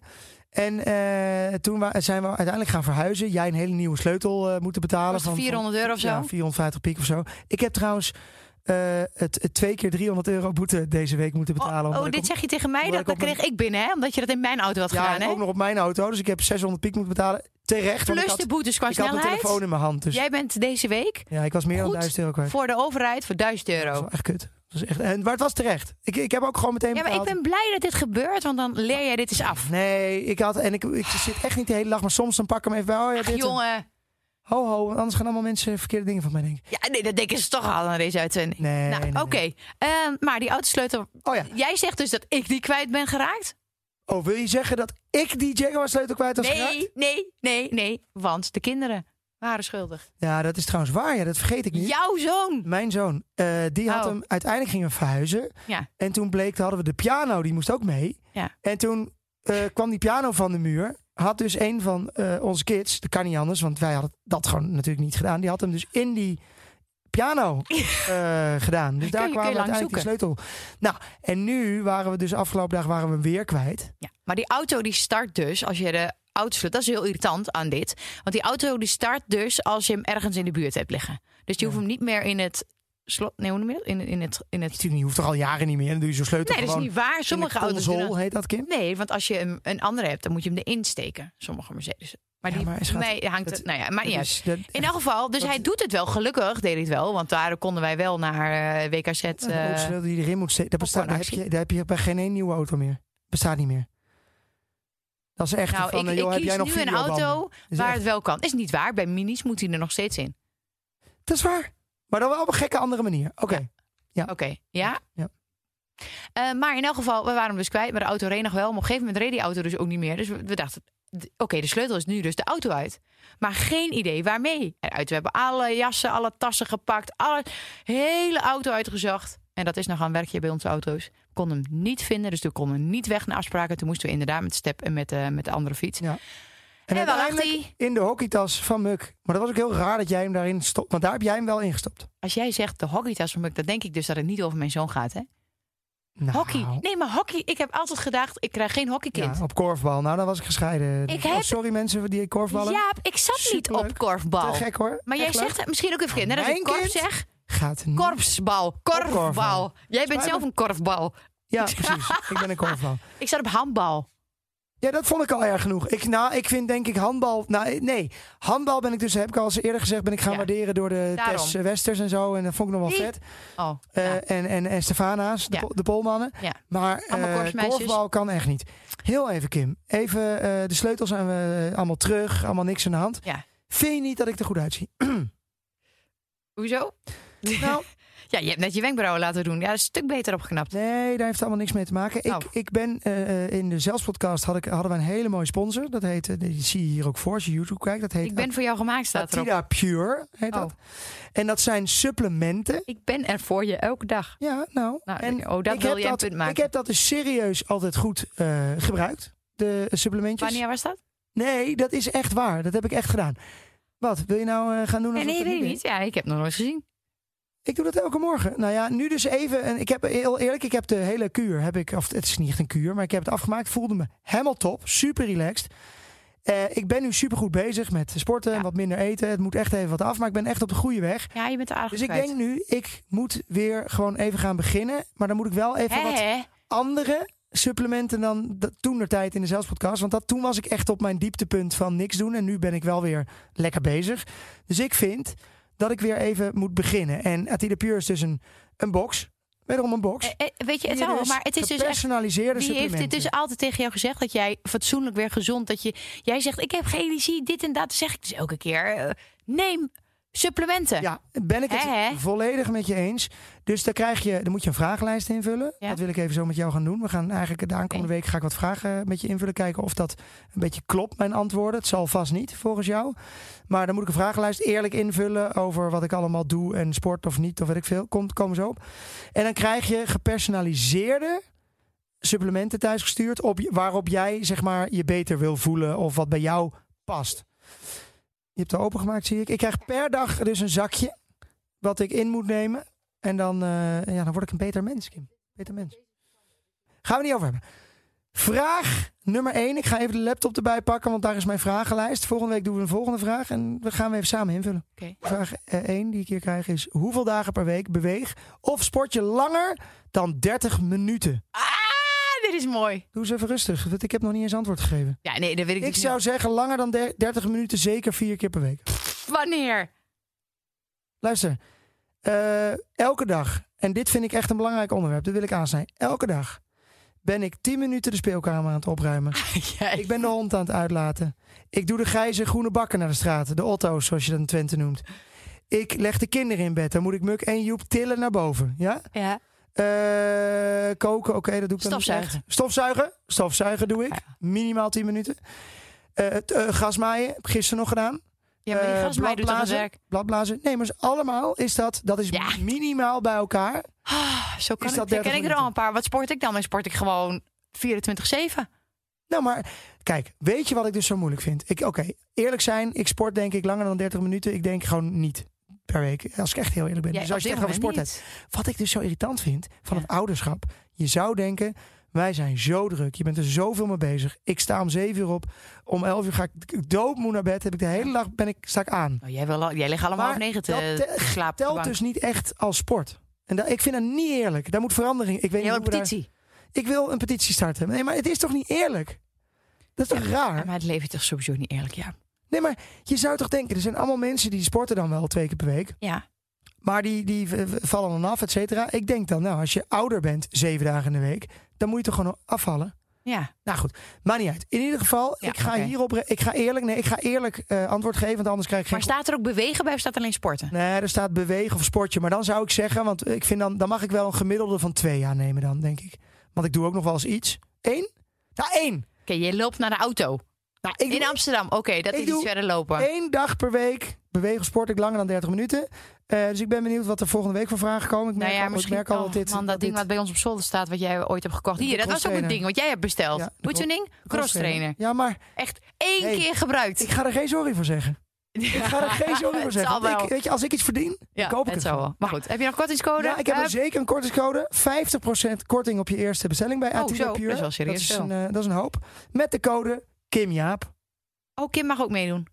En eh, toen wa- zijn we uiteindelijk gaan verhuizen. Jij een hele nieuwe sleutel eh, moeten betalen. Was het van- van- 400 euro of zo? Ja, 450 piek of zo. Ik heb trouwens eh, het, het twee keer 300 euro boete deze week moeten betalen. Oh, omdat oh, ik dit op- zeg je tegen mij, omdat dat, ik dat op een- kreeg ik binnen, hè? Omdat je dat in mijn auto had ja, gedaan, en hè? ook nog op mijn auto. Dus ik heb 600 piek moeten betalen. Terecht. want ik Plus had, de boetes qua ik had mijn snelheid. telefoon in mijn hand. Dus Jij bent deze week ja, ik was meer dan goed 1000 euro kwijt. voor de overheid voor 1000 Dat was euro. wel echt kut. Dat was echt, en, maar het was terecht. Ik, ik heb ook gewoon meteen Ja, maar ik betaald. ben blij dat dit gebeurt, want dan leer jij dit eens af. Nee, ik had. En ik, ik zit echt niet de hele dag. Maar soms dan pak ik hem even bij. Oh ja, Ach, dit. en- jongen. Ho, ho, want anders gaan allemaal mensen verkeerde dingen van mij denken. Ja, nee, dat denken ze toch al aan deze uitzending. Nee. nou, nee, oké. nee. Ehm, maar die autosleutel... Oh ja. Jij zegt dus dat ik die kwijt ben geraakt? Oh, wil je zeggen dat ik die Jaguar sleutel kwijt was geraakt? Nee, nee, nee, nee. Want de kinderen waren schuldig. Ja, dat is trouwens waar. Ja, dat vergeet ik niet. Jouw zoon. Mijn zoon, eh, die had Oh. hem uiteindelijk gingen we verhuizen. Ja. En toen bleek, hadden we de piano, die moest ook mee. Ja. En toen eh, kwam die piano van de muur. Had dus een van eh, onze kids, dat kan niet anders, want wij hadden dat gewoon natuurlijk niet gedaan. Die had hem dus in die piano eh, gedaan. Dus daar kun je kwamen we lang uiteindelijk die sleutel. Nou, en nu waren we dus afgelopen dag waren we hem weer kwijt. Ja. Maar die auto die start dus als je de auto sluit. Dat is heel irritant aan dit. Want die auto die start dus als je hem ergens in de buurt hebt liggen. Dus je hoeft hem niet meer in het slot. Nee, hoe noem je dat? In, in het. In het... Natuurlijk niet, hoeft toch al jaren niet meer. Dan doe je zo'n sleutel Nee, dat is gewoon niet waar. Sommige in de auto's. doen console, dat. heet dat, Kim? Nee, want als je een, een andere hebt, dan moet je hem erin steken. Sommige Mercedes. Maar Ja, die maar voor schat, mij hangt dat- het. Nou ja, maar niet Dat uit. is- dat- In elk geval, dus hij doet het wel. Gelukkig deed hij het wel. Want daar konden wij wel naar eh, WKZ. Ja, de eh, autosleutel die erin moet zitten, dat bestaat, daar, heb actie. je, daar heb je bij geen één nieuwe auto meer. Bestaat niet meer. Dat is echt nou, van, ik, eh, ik joh, heb kies jij nog nu een videobanden? auto Dat is waar echt- het wel kan. Is niet waar. Bij minis moet hij er nog steeds in. Dat is waar. Maar dan wel op een gekke andere manier. Oké. Oké, ja. Ja. Eh, maar in elk geval, we waren hem dus kwijt. Maar de auto reed nog wel. Maar op een gegeven moment reed die auto dus ook niet meer. Dus we, we dachten, d- oké, de sleutel is nu dus de auto uit. Maar geen idee waarmee. En uit, we hebben alle jassen, alle tassen gepakt. Alle hele auto uitgezocht. En dat is nog een werkje bij onze auto's. We konden hem niet vinden, dus we konden niet weg naar afspraken. Toen moesten we inderdaad met de step en met, eh, met de andere fiets. Ja. En, En, waar lag uiteindelijk die? in de hockeytas van Muk. Maar dat was ook heel raar dat jij hem daarin stopt. Want daar heb jij hem wel ingestopt. Als jij zegt de hockeytas van Muk, dan denk ik dus dat het niet over mijn zoon gaat, hè? Nou, Hockey. Nee, maar hockey. Ik heb altijd gedacht, ik krijg geen hockeykind. Ja, op korfbal. Nou, dan was ik gescheiden. Ik Oh, heb- Sorry mensen die korfballen. Jaap, ik zat niet Superleuk. op korfbal. Te gek hoor. Maar jij Echt leuk. zegt het misschien ook even verkeerd. Net als Mijn ik korf kind? zeg. Gaat niet. Korpsbal. Hm? Korfbal. korfbal. Jij bent Spijt zelf me. een korfbal. Ja, precies. ik ben een korfbal. Ik zat op handbal. Ja, dat vond ik al erg genoeg. Ik, nou, ik vind denk ik handbal... Nou, nee, handbal ben ik dus, heb ik al eens eerder gezegd... ben ik gaan Ja. waarderen door de Daarom. Tess Westers en zo. En dat vond ik nog wel Die- vet. Oh, Eh, ja. en, en, en Stefana's, de, Ja. po- de polmannen. Ja. Maar Allemaal eh, korfmeisjes. korfbal kan echt niet. Heel even, Kim. Even eh, de sleutels zijn we eh, allemaal terug. Allemaal niks aan de hand. Ja. Vind je niet dat ik er goed uitzie? Hoezo? Nou, Ja, je hebt net je wenkbrauwen laten doen. Ja, dat is een stuk beter opgeknapt. Nee, daar heeft allemaal niks mee te maken. Ik, Oh. ik ben eh, eh, in de Zelfspodcast had ik, hadden we een hele mooie sponsor. Dat heet, eh, die zie je hier ook voor als je YouTube kijkt. Dat heet Ik ben voor jou gemaakt, staat erop. Atida Pure. Heet Oh. dat. En dat zijn supplementen. Ik ben er voor je elke dag. Ja, nou. Nou, en oh, dat ik wil heb jij een dat, punt maken. Ik heb dat dus serieus altijd goed eh, gebruikt. De eh, supplementjes. Wanneer was dat? Nee, dat is echt waar. Dat heb ik echt gedaan. Wat, wil je nou eh, gaan doen? Nee, alsof nee, dat weet ik is? niet. Ja, ik heb nog nooit gezien. Ik doe dat elke morgen. Nou ja, nu dus even. En ik heb heel eerlijk, ik heb de hele kuur. Heb ik, of het is niet echt een kuur, maar ik heb het afgemaakt. Voelde me helemaal top. Super relaxed. Eh, ik ben nu super goed bezig met sporten en Ja. wat minder eten. Het moet echt even wat af, maar ik ben echt op de goede weg. Ja, je bent er aardig Dus ik kwijt. denk nu, ik moet weer gewoon even gaan beginnen. Maar dan moet ik wel even Hè, wat hè? andere supplementen dan toen de tijd in de zelfspodcast. Want dat, toen was ik echt op mijn dieptepunt van niks doen. En nu ben ik wel weer lekker bezig. Dus ik vind dat ik weer even moet beginnen. En Atida Pure is dus een, een box. Wederom een box. Eh, eh, Weet je, het Die wel, maar het is dus echt... gepersonaliseerde Wie heeft dit supplementen. dus altijd tegen jou gezegd? Dat jij fatsoenlijk weer gezond... Dat je, jij zegt, ik heb geen energie, dit en dat. Dan zeg ik dus elke keer, eh, neem supplementen. Ja, ben ik het Hè, hè? volledig met je eens. Dus dan, krijg je, dan moet je een vragenlijst invullen. Ja. Dat wil ik even zo met jou gaan doen. We gaan eigenlijk de aankomende week ga ik wat vragen met je invullen. Kijken of dat een beetje klopt, mijn antwoorden. Het zal vast niet, volgens jou. Maar dan moet ik een vragenlijst eerlijk invullen over wat ik allemaal doe. En sport of niet, of weet ik veel. Komt, komen zo op. En dan krijg je gepersonaliseerde supplementen thuisgestuurd. Op, je- waarop jij zeg maar, je beter wil voelen of wat bij jou past. Je hebt het al opengemaakt, zie ik. Ik krijg per dag dus een zakje wat ik in moet nemen. En dan, eh, ja, dan word ik een beter mens, Kim. Beter mens. Gaan we niet over hebben. Vraag nummer 1. Ik ga even de laptop erbij pakken, want daar is mijn vragenlijst. Volgende week doen we een volgende vraag en we gaan we even samen invullen. Oké. Vraag 1 die ik hier krijg is: hoeveel dagen per week beweeg of sport je langer dan 30 minuten? Ah, dit is mooi. Doe eens even rustig, want ik heb nog niet eens antwoord gegeven. Ja, nee, dat weet ik, dus Ik niet. zou zeggen langer dan der- 30 minuten, zeker vier keer per week. Wanneer? Luister, eh, elke dag, en dit vind ik echt een belangrijk onderwerp, dat wil ik aansnijden. Elke dag ben ik 10 minuten de speelkamer aan het opruimen. Jij. Ik ben de hond aan het uitlaten. Ik doe de grijze groene bakken naar de straten, de otto's zoals je dat in Twente noemt. Ik leg de kinderen in bed, dan moet ik Muk en Joep tillen naar boven. Ja? Ja. Eh, koken, oké, dat doe ik dan niet Stofzuigen. echt. Stofzuigen, stofzuigen doe ik. Minimaal 10 minuten. Eh, het, eh, gasmaaien, heb ik gisteren nog gedaan. ja, maar die Eh, gastmeid doet toch dus het bladblazen, werk? Bladblazen. Nee, maar allemaal is dat, dat is Ja. minimaal bij elkaar. Zo kan Is ik, dat zo 30 ken ik er al minuten? een paar. Wat sport ik dan? Dan sport ik gewoon 24-7. Nou, maar kijk, weet je wat ik dus zo moeilijk vind? Ik, Oké, eerlijk zijn, ik sport denk ik langer dan 30 minuten. Ik denk gewoon niet per week, als ik echt heel eerlijk ben. Ja, dus op als je dit het echt over sport moment hebt. Wat ik dus zo irritant vind van Ja. het ouderschap. Je zou denken, wij zijn zo druk. Je bent er zoveel mee bezig. Ik sta om 7 uur op. Om 11 uur ga ik doodmoe naar bed. Heb ik de hele dag ben ik, sta ik aan. Nou, jij, wil al- jij ligt allemaal Maar om negen dat te te- te slapen. op de Telt bank. dus niet echt als sport. En dat, ik vind dat niet eerlijk. Daar moet verandering. Ik weet Jij niet wil hoe een we daar- petitie. Ik wil een petitie starten. Nee, maar het is toch niet eerlijk? Dat is toch raar? Ja, maar het leven is toch sowieso niet eerlijk, ja. Nee, maar je zou toch denken, er zijn allemaal mensen die sporten dan wel twee keer per week. Ja. Maar die, die v- v- vallen dan af, et cetera. Ik denk dan, nou, als je ouder bent, zeven dagen in de week, dan moet je toch gewoon afvallen. Ja. Nou goed, maakt niet uit. In ieder geval, Ja, ik ga oké. hierop. re- Ik ga eerlijk, nee, ik ga eerlijk eh, antwoord geven, want anders krijg ik geen. Maar staat er ook bewegen bij of staat alleen sporten? Nee, er staat bewegen of sportje. Maar dan zou ik zeggen, want ik vind dan, dan mag ik wel een gemiddelde van twee aannemen dan, denk ik. Want ik doe ook nog wel eens iets. Eén? Nou, één. Oké, je loopt naar de auto. Nou, ik In doe Amsterdam, oké, dat ik is doe- iets verder lopen. één dag per week beweeg of sport ik langer dan 30 minuten. Eh, dus ik ben benieuwd wat er volgende week voor vragen komen. Ik merk, nou ja, al, ik misschien merk al oh, dat dit... man, dat, dat ding dit- wat bij ons op zolder staat, wat jij ooit hebt gekocht. De Hier, dat was ook een crosstrainer. ding wat jij hebt besteld. Ja, Hoe de heet zo'n ding? Crosstrainer. Ja, maar Echt één Hey. keer gebruikt. ik ga er geen sorry voor zeggen. Ik ga er geen sorry voor Het zeggen. zal Want wel. Ik, weet je, als ik iets verdien, ja, koop ik het het zou wel. gewoon. eh, Maar goed, heb je nog kortingscode? Ja, ik heb er Hup. zeker een kortingscode. 50% korting op je eerste bestelling bij Atida Oh, zo, Pure. dat is wel serieus Dat is, veel. een, eh, dat is een hoop. Met de code KimJaap. Oh, Kim mag ook meedoen.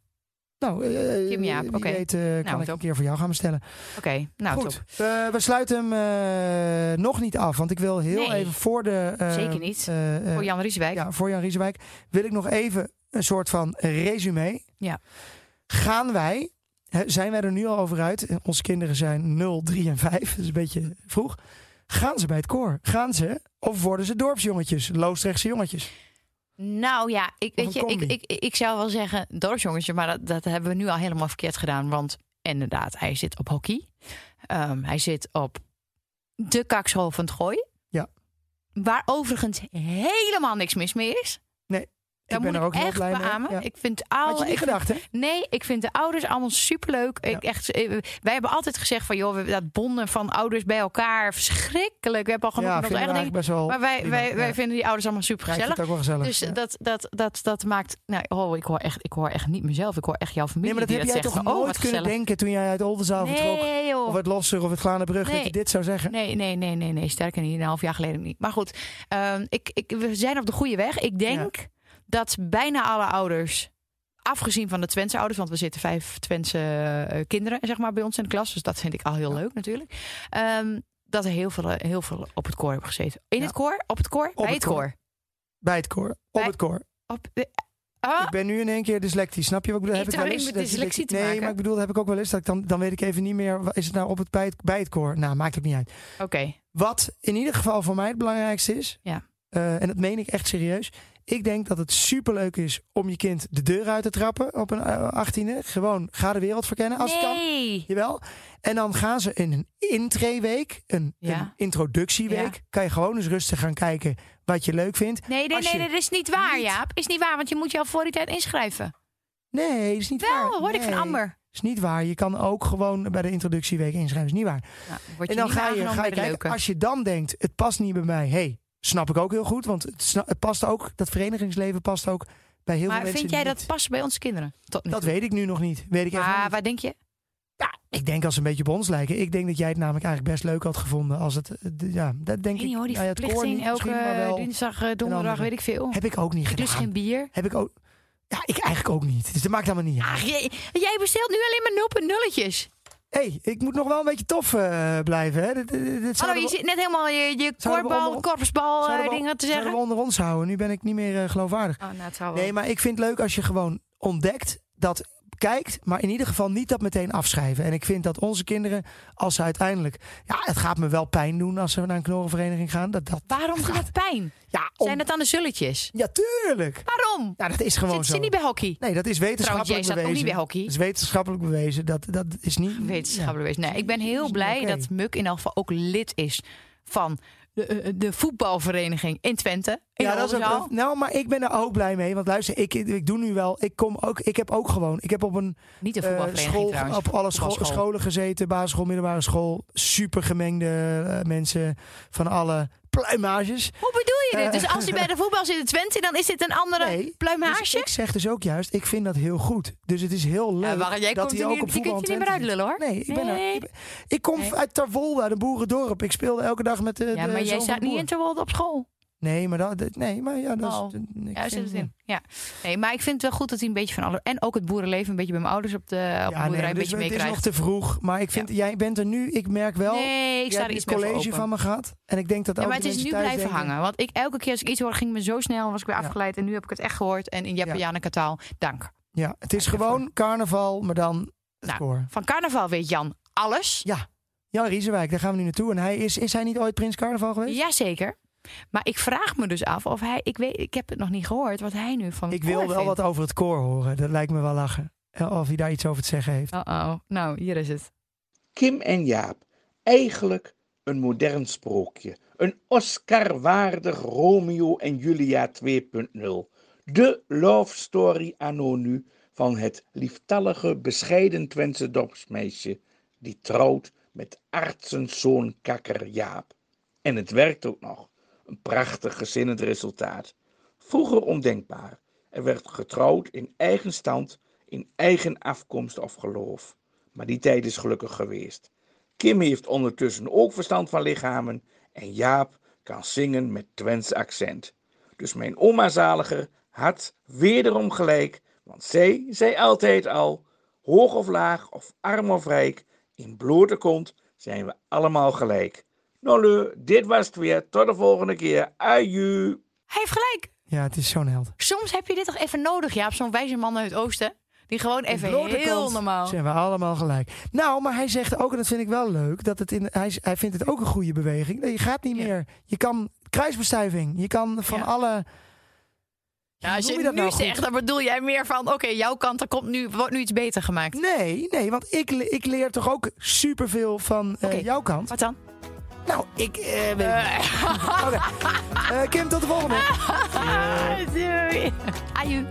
Nou, eh, Kim Jaap, wie oké. Nou, weet eh, kan ik top. een keer voor jou gaan bestellen. Oké, nou Goed, top. eh, we sluiten hem eh, nog niet af. Want ik wil heel Nee. even voor de... eh, Zeker niet. eh, eh, Voor Jan Rieswijk. ja, voor Jan Riesewijk wil ik nog even een soort van resume. Ja. Gaan wij, hè, zijn wij er nu al over uit? Eh, Onze kinderen zijn 0, 3 en 5, dat is een beetje vroeg. Gaan ze bij het koor? Gaan ze of worden ze dorpsjongetjes, Loosdrechtse jongetjes? Nou ja, ik, Of weet je, een ik, combi. ik, ik zou wel zeggen dorpsjongetje, maar dat, dat hebben we nu al helemaal verkeerd gedaan. Want inderdaad, hij zit op hockey. Ehm, hij zit op de kakschool van het gooi. Ja. Waar overigens helemaal niks mis mee is. ik Daar moet ben er ook ik heel echt blij mee. beamen. Ja. Ik vind Had je alle, niet ik gedacht, hè? Nee, ik vind de ouders allemaal superleuk. Ik echt, eh, wij hebben altijd gezegd van, joh, we- dat bonden van ouders bij elkaar, verschrikkelijk. We hebben al genoeg Ja, van vind onze ik nou eigen dingen. eigenlijk best wel... Maar wij, prima. wij, wij Ja. vinden die ouders allemaal super Ja, ik vind gezellig. het ook wel gezellig. Dus ja. dat, dat, dat, dat maakt... Nou, oh, ik, hoor echt, ik hoor echt niet mezelf. Ik hoor echt jouw familie Nee, maar dat die heb jij zegt. toch van, nooit oh, kunnen wat gezellig. denken toen jij uit Oldenzaal vertrok? Nee, Of joh. uit Losser of uit Glanenbrug, dat je Nee. dit zou zeggen? Nee, nee, nee, nee, nee. Sterker niet, een half jaar geleden niet. Maar goed, ehm, ik, ik, we zijn op de goede weg. Ik denk dat bijna alle ouders, afgezien van de Twentse ouders, want we zitten vijf Twentse eh, kinderen zeg maar, bij ons in de klas. Dus dat vind ik al heel leuk natuurlijk. Ehm, dat er heel veel, eh, heel veel op het koor hebben gezeten. In Ja. het koor? Op het koor? bij het het koor. koor. Bij het koor. Op Bij- het koor. Op de- Ah, Ik ben nu in één keer dyslectisch. Snap je wat ik bedoel? Heeft heb ik er wel eens, alleen met dat je- dyslexie te nee, maken? maar ik bedoel, dat heb ik ook wel eens. Dat ik dan, dan weet ik even niet meer, wa- is het nou op het, bij, het, bij het koor? Nou, maakt ook niet uit. Oké. Wat in ieder geval voor mij het belangrijkste is, Ja. eh, en dat meen ik echt serieus. Ik denk dat het superleuk is om je kind de deur uit te trappen op een eh, 18e. Gewoon ga de wereld verkennen als het kan. Nee. Jawel. En dan gaan ze in een intreeweek, een, Ja. een introductieweek. Ja. Kan je gewoon eens rustig gaan kijken wat je leuk vindt. Nee, nee, Als nee, je dat is niet waar, niet- Jaap. Is niet waar, want je moet je al voor die tijd inschrijven. Nee, dat is niet waar. Wel, hoor ik van Nee, Amber. is niet waar. Je kan ook gewoon bij de introductieweek inschrijven. Is niet waar. Nou, word je en dan niet ga je, aangenomen ga bij je de kijken. leuke. Als je dan denkt, het past niet bij mij. hey, snap ik ook heel goed. Want het, sna- het past ook, dat verenigingsleven past ook bij heel Maar veel mensen. vind jij niet. dat past bij onze kinderen? Tot nu Dat toe. weet ik nu nog niet. Weet ik echt nog Maar niet. waar denk je? Ik denk als ze een beetje op ons lijken. Ik denk dat jij het namelijk eigenlijk best leuk had gevonden. Als het, eh, d- ja, dat denk Ik weet niet ik. hoor, die Nou ja, het koor verplichting niet elke misschien, maar wel. dinsdag, eh, donderdag, andere. weet ik veel. Heb ik ook niet Ik gedaan. dus geen bier. Heb ik ook... Ja, ik eigenlijk ook niet. Dus dat maakt allemaal niet uit. Ach, jij, jij bestelt nu alleen maar noppen nulletjes. hey, ik moet nog wel een beetje tof eh, blijven. Hè? Dit, dit, dit zouden Hallo, we- je zit net helemaal je, je Zouden we korfbal, onder- korpsbal Zouden eh, we- dingen te zouden zeggen. we onder ons houden. Nu ben ik niet meer eh, geloofwaardig. Oh, nou, het zou wel. Nee, maar ik vind het leuk als je gewoon ontdekt dat kijkt, maar in ieder geval niet dat meteen afschrijven. En ik vind dat onze kinderen, als ze uiteindelijk... Ja, het gaat me wel pijn doen als ze naar een knorrenvereniging gaan. Dat, dat, Waarom doet dat pijn? ja, om- Zijn dat dan de zulletjes? ja, tuurlijk. Waarom? Ja, dat is gewoon Zitten zo. ze niet bij hockey? Nee, dat is Trouwens, wetenschappelijk jij staat ook bewezen. niet bij hockey. Dat is wetenschappelijk bewezen. Dat, dat is niet... wetenschappelijk wezen. Nee, ik ben is heel niet blij oké. dat Muk in elk geval ook lid is van de, eh, de voetbalvereniging in Twente. In Ja, dat is Oldenzaal. ook. Nou, maar ik ben daar ook blij mee. Want luister, ik, ik doe nu wel. Ik kom ook. Ik heb ook gewoon. Ik heb op een Niet de eh, voetbalvereniging school, trouwens. op alle scho- Voetbalschool. scholen gezeten. Basisschool, middelbare school. Super gemengde eh, mensen van alle pluimages. Hoe bedoel je dit? Eh. Dus als hij bij de voetbal zit in Twente, dan is dit een andere Nee, Dus pluimage? ik zeg dus ook juist, ik vind dat heel goed. Dus het is heel leuk Ja, wacht, jij dat komt hij er ook nu- op je voetbal kunt je in niet Twente meer zit. uitlullen, hoor. Nee, ik, ben daar- Nee. ik, ben- ik kom Nee. uit Terwolda, een boerendorp. Ik speelde elke dag met de ja, de maar zoon jij van staat de niet eh, boer. in Terwolde op school. Nee, maar dat, dat- nee, maar ja, dat Oh. is... ik Ja, zit vind- het in. Ja. Nee, maar ik vind het wel goed dat hij een beetje van alle... En ook het boerenleven een beetje bij mijn ouders op de, op de Ja, boerderij nee, een dus beetje het is nog meekrijgt. te vroeg. Maar ik vind, jij bent er nu, ik merk wel... Nee, ik jij sta er hebt iets het meer voor college open. van me gehad. En ik denk dat Ja, ook maar het de is nu mensen thuis blijven denken- hangen. Want ik, elke keer als ik iets hoorde, ging me zo snel. was ik weer Ja. afgeleid. En nu heb ik het echt gehoord. En in Japanjaka taal, dank. Ja, het is Kijk even. gewoon carnaval, maar dan het Nou. koor. Van carnaval weet Jan alles. Jan Riezenwijk, daar gaan we nu naartoe. En hij is, is hij niet ooit prins carnaval geweest? Jazeker. Maar ik vraag me dus af of hij... Ik, weet, ik heb het nog niet gehoord wat hij nu van Ik wil wel wat over het koor horen. Dat lijkt me wel lachen. Eh, Of hij daar iets over te zeggen heeft. Uh-oh. Nou, hier is het. Kim en Jaap, eigenlijk een modern sprookje. Een Oscar-waardig Romeo en Julia 2.0. De love story anno nu van het lieftallige, bescheiden Twentse dorpsmeisje die trouwt met artsenzoon kakker Jaap. En het werkt ook nog. Een prachtig gezinnend resultaat. Vroeger ondenkbaar. Er werd getrouwd in eigen stand, in eigen afkomst of geloof. Maar die tijd is gelukkig geweest. Kim heeft ondertussen ook verstand van lichamen en Jaap kan zingen met Twents accent. Dus mijn oma zaliger had wederom gelijk, want zij zei altijd al, hoog of laag of arm of rijk, in blote kont zijn we allemaal gelijk. Nolle, dit was het weer. Tot de volgende keer. Aju. Hij heeft gelijk. Ja, het is zo'n held. Soms heb je dit toch even nodig, Jaap? Zo'n wijze man uit het oosten. Die gewoon even In blote heel kant normaal... Zijn we allemaal gelijk. Nou, maar hij zegt ook, en dat vind ik wel leuk, dat het in, hij, hij vindt het ook een goede beweging. Nee, Je gaat niet Ja. meer. Je kan kruisbestuiving. Je kan van Ja. alle. Ja, als je Hoe het noem je dat nu nou goed? zegt, dan bedoel jij meer van... Oké, jouw kant, er komt nu, wordt nu iets beter gemaakt. Nee, nee, want ik, le- ik leer toch ook superveel van eh, Oké. jouw kant. Wat dan? Nou, ik eh, weet het niet. Oké. Eh, Kim, tot de volgende. Doei. Aju.